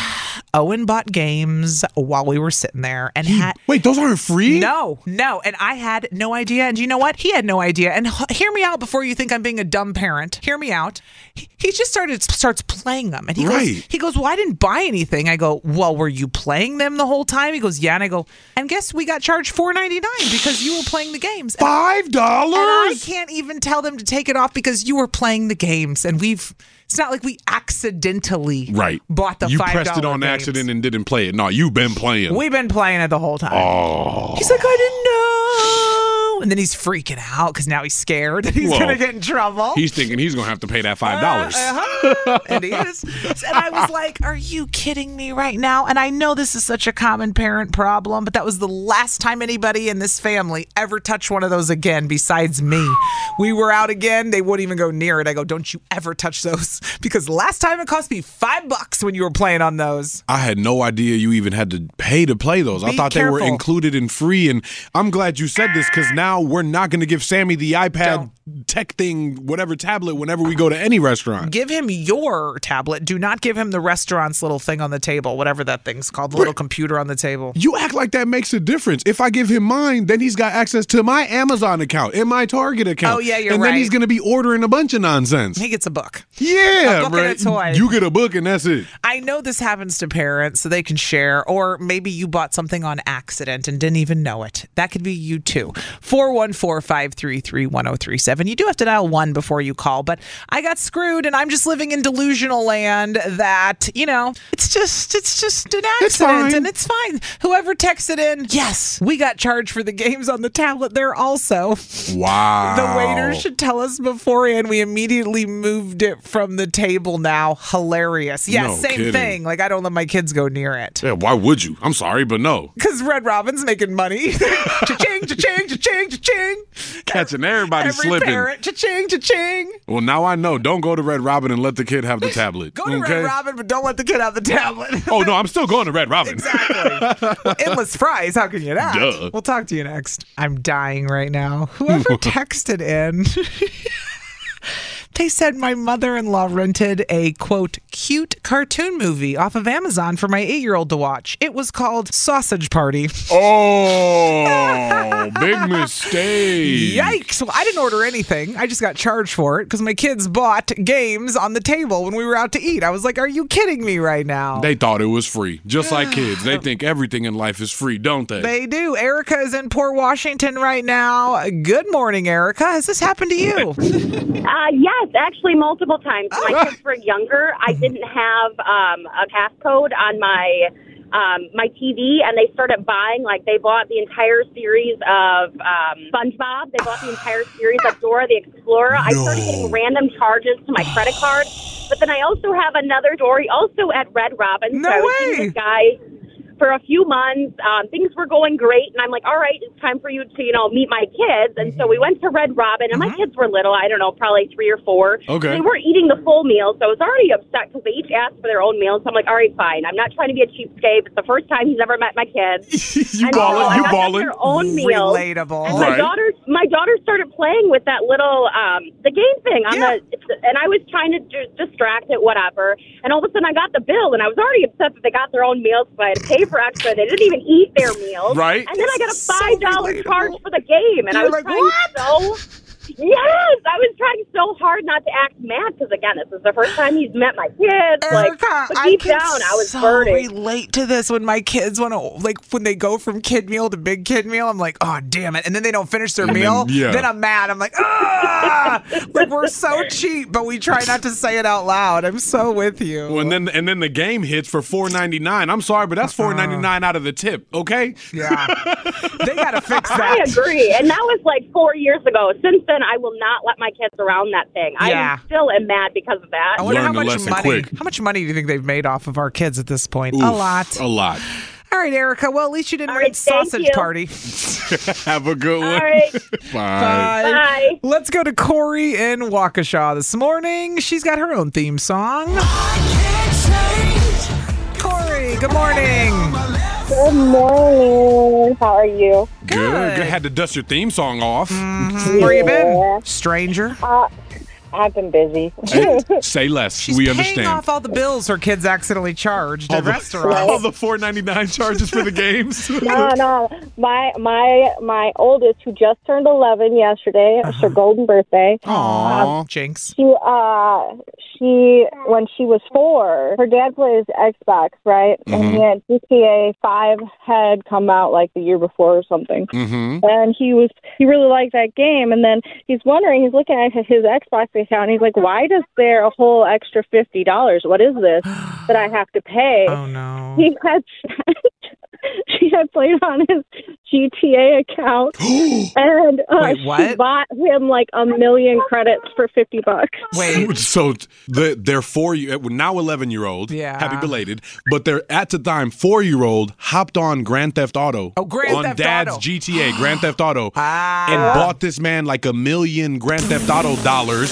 S1: Owen bought games while we were sitting there and had
S2: Wait, those aren't free?
S1: No, no. And I had no idea. And you know what? He had no idea. And h- hear me out before you think I'm being a dumb parent. Hear me out. He, he just started starts playing them, and he
S2: Right.
S1: goes, he goes, "Well, I didn't buy anything." I go, "Well, were you playing them the whole time?" He goes, "Yeah." And I go, "And guess we got charged four ninety nine because you were playing the games." And-
S2: Five
S1: and I
S2: dollars?
S1: can't even tell them to take it off because you were playing the games, and we've. It's not like we accidentally
S2: Right.
S1: bought the
S2: you
S1: five
S2: pressed it on accident and didn't play it. No, you've been playing.
S1: We've been playing it the whole time.
S2: oh.
S1: He's like, I didn't know. And then he's freaking out because now he's scared that he's
S2: Whoa.
S1: going to get in trouble.
S2: He's thinking he's gonna have to pay that five dollars.
S1: Uh-huh. and he is. And I was like, Are you kidding me right now? And I know this is such a common parent problem, but that was the last time anybody in this family ever touched one of those again besides me. We were out again. They wouldn't even go near it. I go, Don't you ever touch those because last time it cost me five bucks when you were playing on those.
S2: I had no idea you even had to pay to play those. I
S1: Be
S2: thought they were
S1: careful.
S2: included and free. And I'm glad you said this because now we're not going to give Sammy the iPad tech thing, whatever tablet, whenever we go to any restaurant.
S1: Give him your tablet. Do not give him the restaurant's little thing on the table, whatever that thing's called, the little computer on the table.
S2: You act like that makes a difference. If I give him mine, then he's got access to my Amazon account and my Target account.
S1: Oh, yeah, you're
S2: And then he's
S1: right.
S2: going to be ordering a bunch of nonsense.
S1: He gets a book.
S2: Yeah,
S1: A book and a
S2: bruh.
S1: toy.
S2: You get a book and that's it.
S1: I know this happens to parents, so they can share, or maybe you bought something on accident and didn't even know it. That could be you too. 414 533 1037. You do have to dial one before you call, but I got screwed and I'm just living in delusional land that, you know, it's just it's just an accident
S15: fine.
S1: and it's fine. Whoever texted in, yes, we got charged for the games on the tablet there also.
S2: Wow.
S1: The waiter should tell us beforehand. We immediately moved it from the table now. Hilarious. Yeah,
S2: No
S1: same
S2: kidding.
S1: thing. Like, I don't let my kids go near it.
S2: Yeah, why would you? I'm sorry, but no.
S1: Because Red Robin's making money. cha-ching, cha-ching, cha-ching, cha-ching.
S2: Catching everybody
S1: Every
S2: slipping.
S1: parent, cha-ching, cha-ching.
S2: Well, now I know. Don't go to Red Robin and let the kid have the tablet.
S1: Go to Red Robin, but don't let the kid have the tablet.
S2: oh, no, I'm still going to Red Robin.
S1: Endless fries. How can you not?
S2: Duh.
S1: We'll talk to you next. I'm dying right now. Whoever texted in, they said my mother in law rented a quote, cute cartoon movie off of Amazon for my eight year old to watch. It was called Sausage Party.
S2: Oh, big mistake.
S1: Yikes. Well, I didn't order anything. I just got charged for it because my kids bought games on the table when we were out to eat. I was like, are you kidding me right now?
S2: They thought it was free. Just like kids. They think everything in life is free, don't they?
S1: They do. Erica is in Port Washington right now. Good morning, Erica. Has this happened to you?
S9: Uh, yes, actually, multiple times. When my kids were younger, I didn't have um, a cast code on my um, my TV, and they started buying like they bought the entire series of um, SpongeBob. They bought the entire series of Dora the Explorer. I started getting random charges to my credit card, but then I also have another story also at Red Robin. No so I was seeing this guy for a few months. Um, things were going great, and I'm like, all right, it's time for you to, you know, meet my kids. And so we went to Red Robin, and my kids were little. I don't know, probably three or four.
S16: Okay.
S9: They weren't eating the full meal, so I was already upset because they each asked for their own meal. So I'm like, all right, fine. I'm not trying to be a cheapskate. It's the first time he's ever met my kids.
S2: you
S1: ballin', you
S9: ballin'. Their own meal.
S1: Relatable.
S9: And my
S1: Right.
S9: daughter, my daughter started playing with that little um, the game thing on the, and I was trying to d- distract it, whatever. And all of a sudden, I got the bill, and I was already upset that they got their own meals, but I had to pay for extra. They didn't even eat their meals,
S2: Right.
S9: And then I got a five dollar charge for the game, and
S2: You
S9: I
S2: were
S9: was
S2: like,
S9: trying so. Yes, I was trying so hard not to act mad because again, this is the first time he's met my kids. like,
S1: Erica,
S9: but
S1: I
S9: deep
S1: can
S9: down, I was
S1: so
S9: burning.
S1: relate to this when my kids want to like when they go from kid meal to big kid meal. I'm like, oh damn it! And then they don't finish their
S2: And then-
S1: meal.
S2: yeah.
S1: Then I'm mad. I'm like, ah! like we're so cheap, but we try not to say it out loud. I'm so with you.
S2: Well, and then and then the game hits for four ninety nine. I'm sorry, but that's four ninety nine out of the tip. Okay.
S1: Uh-uh. Yeah. they gotta fix
S9: I agree. And that was like four years ago. Since then, I will not let my kids around that thing.
S1: Yeah.
S9: I still am mad because of that.
S1: I wonder how much
S2: lesson
S1: money.
S2: quick.
S1: How much money do you think they've made off of our kids at this point?
S2: Oof,
S1: a lot.
S2: A lot.
S1: All right, Erica. Well, at least you didn't
S9: All right,
S1: read Sausage
S9: thank you.
S1: Party.
S2: Have a good one.
S9: right.
S2: Bye.
S9: Bye.
S1: Let's go to Corey in Waukesha this morning. She's got her own theme song. Corey, good morning.
S14: Good morning. How are you?
S2: Good. Good. Had to dust your theme song off.
S1: Mm-hmm. Where you been? Stranger.
S14: Uh, I've been busy.
S2: Hey, say less. we
S1: Paying
S2: understand.
S1: off all the bills her kids accidentally charged at restaurants.
S2: all the four ninety nine charges for the games.
S14: no, no. My my my oldest, who just turned eleven yesterday, it's her golden birthday.
S1: Aw,
S14: um,
S1: Jinx.
S14: She uh she when she was four, her dad plays Xbox, right? And he had GTA Five had come out like the year before or something.
S2: Mm-hmm.
S14: And he was he really liked that game, and then he's wondering, he's looking at his Xbox account, and he's like, "Why is there a whole extra fifty dollars? What is this that I have to pay?" Oh
S1: no!
S14: He had she had played on his GTA account, and uh,
S2: Wait,
S14: she
S2: what?
S14: bought him like a million credits for fifty bucks.
S2: Wait. So the, their four year now eleven year old,
S14: Yeah.
S2: happy belated, but their at the time four year old hopped on Grand Theft Auto. Oh,
S1: Grand
S2: on
S1: Theft
S2: Dad's
S1: Auto. Ah.
S2: GTA, Grand Theft Auto, and bought this man like a million Grand Theft Auto dollars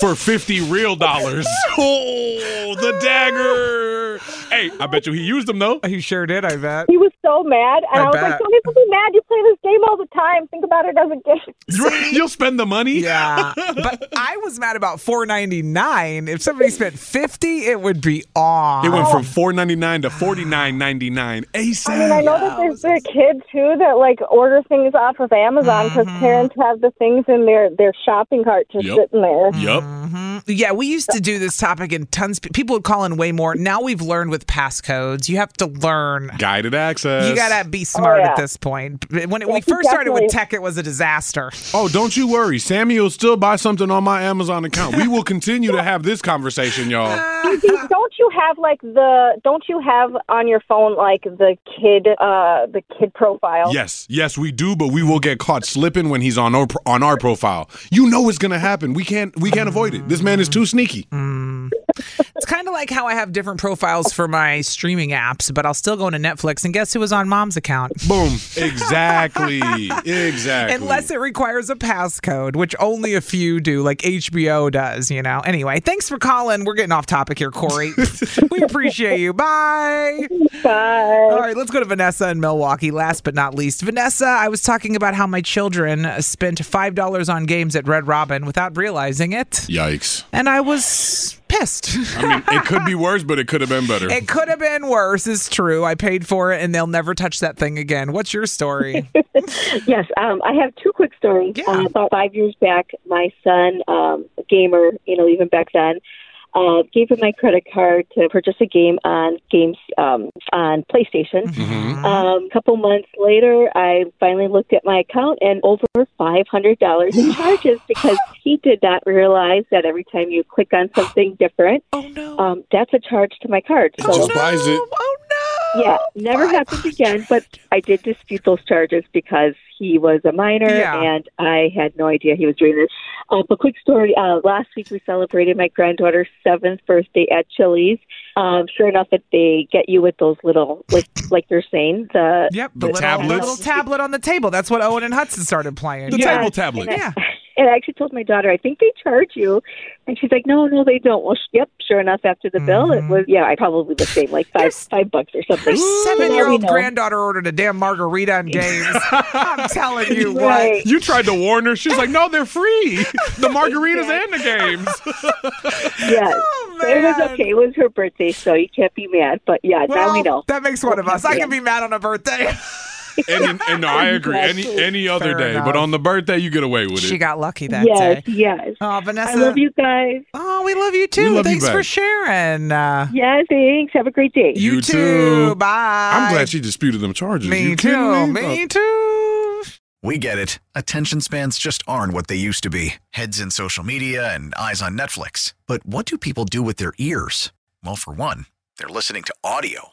S2: for fifty real dollars. oh, the dagger!
S15: hey, I bet you he used them though.
S1: He sure did. I bet.
S14: He was so mad, and
S15: I
S14: I, was
S15: bet.
S14: like, "Don't even be mad. You play this game all the time. Think about it as a game."
S15: You'll spend the money.
S1: Yeah, but I was mad about four ninety nine. If somebody spent fifty, it would be on.
S15: It went from four ninety nine to forty nine ninety nine. ASAP.
S14: I mean, I know that there's a kid too that like order things off of Amazon because parents have the things in their their shopping cart just
S1: Yep.
S14: sitting there.
S1: Mm-hmm. Yeah, we used to do this topic, and tons people would call in way more. Now we've learned with passcodes, you have to learn
S15: guided access.
S1: You gotta be smart
S15: Oh, yeah.
S1: at this point. But When it,
S15: Yeah,
S1: we
S15: he
S1: first started with
S15: definitely-
S1: tech, it was a disaster.
S2: Oh, don't you worry. Sammy will still buy something on my Amazon account. We will continue to have this conversation, y'all.
S14: Izzy, don't you have like the don't you have on your phone like the kid uh the kid profile?
S2: Yes, yes, we do, but we will get caught slipping when he's on our, on our profile. You know it's gonna happen. We can't we can't avoid it. This man is too sneaky.
S1: Mm. It's kind of like how I have different profiles for my streaming apps, but I'll still go into Netflix. And guess who was on mom's account?
S2: Boom. Exactly. Exactly.
S1: Unless it requires a passcode, which only a few do, like HBO does, you know. Anyway, thanks for calling. We're getting off topic here, Corey. we appreciate you. Bye.
S14: Bye.
S1: All right, let's go to Vanessa in Milwaukee. Last but not least, Vanessa, I was talking about how my children spent $5 on games at Red Robin without realizing it.
S2: Yikes.
S1: And I was pissed.
S2: I mean, it could be worse, but it could have been better.
S1: It could have been worse, it's true. I paid for it and they'll never touch that thing again. What's your story?
S16: yes, um, I have two quick stories. Uh, about five years back, my son, um, a gamer, you know, even back then, uh, gave him my credit card to purchase a game on games um, on PlayStation.
S2: Mm-hmm.
S16: Um, a couple months later, I finally looked at my account and over five hundred dollars in charges because he did not realize that every time you click on something different, oh, no. um, that's a charge to my card. So,
S2: Just buys it.
S16: yeah, never happened again. But I did dispute those charges because he was a minor
S17: Yeah.
S16: and I had no idea he was doing this. Um, but quick story: uh, last week we celebrated my granddaughter's seventh birthday at Chili's. Um, sure enough, that they get you with those little, like, like you're saying, the
S1: yep, the little, The little tablet on the table. That's what Owen and Hudson started playing.
S16: And I-
S1: Yeah.
S16: And I actually told my daughter, I think they charge you. And she's like, no, no, they don't. Well, sh- yep, sure enough, after the bill,
S1: Mm-hmm.
S16: it was, yeah, I probably the same, like five, five bucks or something.
S1: Your
S16: So now we
S1: seven year old
S16: know.
S1: granddaughter ordered a damn margarita and games. I'm telling you what.
S15: You tried to warn her. She's like, no, they're free. The margaritas and the games.
S16: Yeah.
S1: Oh,
S16: So it was okay. It was her birthday, so you can't be mad. But yeah, now we
S1: Well,
S16: know.
S1: That makes one of us. I can be mad on a birthday.
S2: Any, and no, I agree. Any any other
S1: Fair
S2: day, but
S1: enough.
S2: on the birthday you get away with it.
S1: She got lucky that
S16: Yes,
S1: day.
S16: Yes.
S1: Oh, Vanessa.
S16: love you guys.
S1: Oh, we love you too.
S2: love you
S1: thanks for
S2: back.
S1: sharing. Uh,
S16: yeah, thanks. Have a great day.
S1: You,
S2: You
S1: too.
S2: too.
S1: Bye.
S2: I'm glad she disputed them charges.
S1: Me
S2: You kidding
S1: too.
S2: me?
S1: Me too.
S18: We get it. Attention spans just aren't what they used to be heads in social media and eyes on Netflix. But what do people do with their ears? Well, for one, they're listening to audio.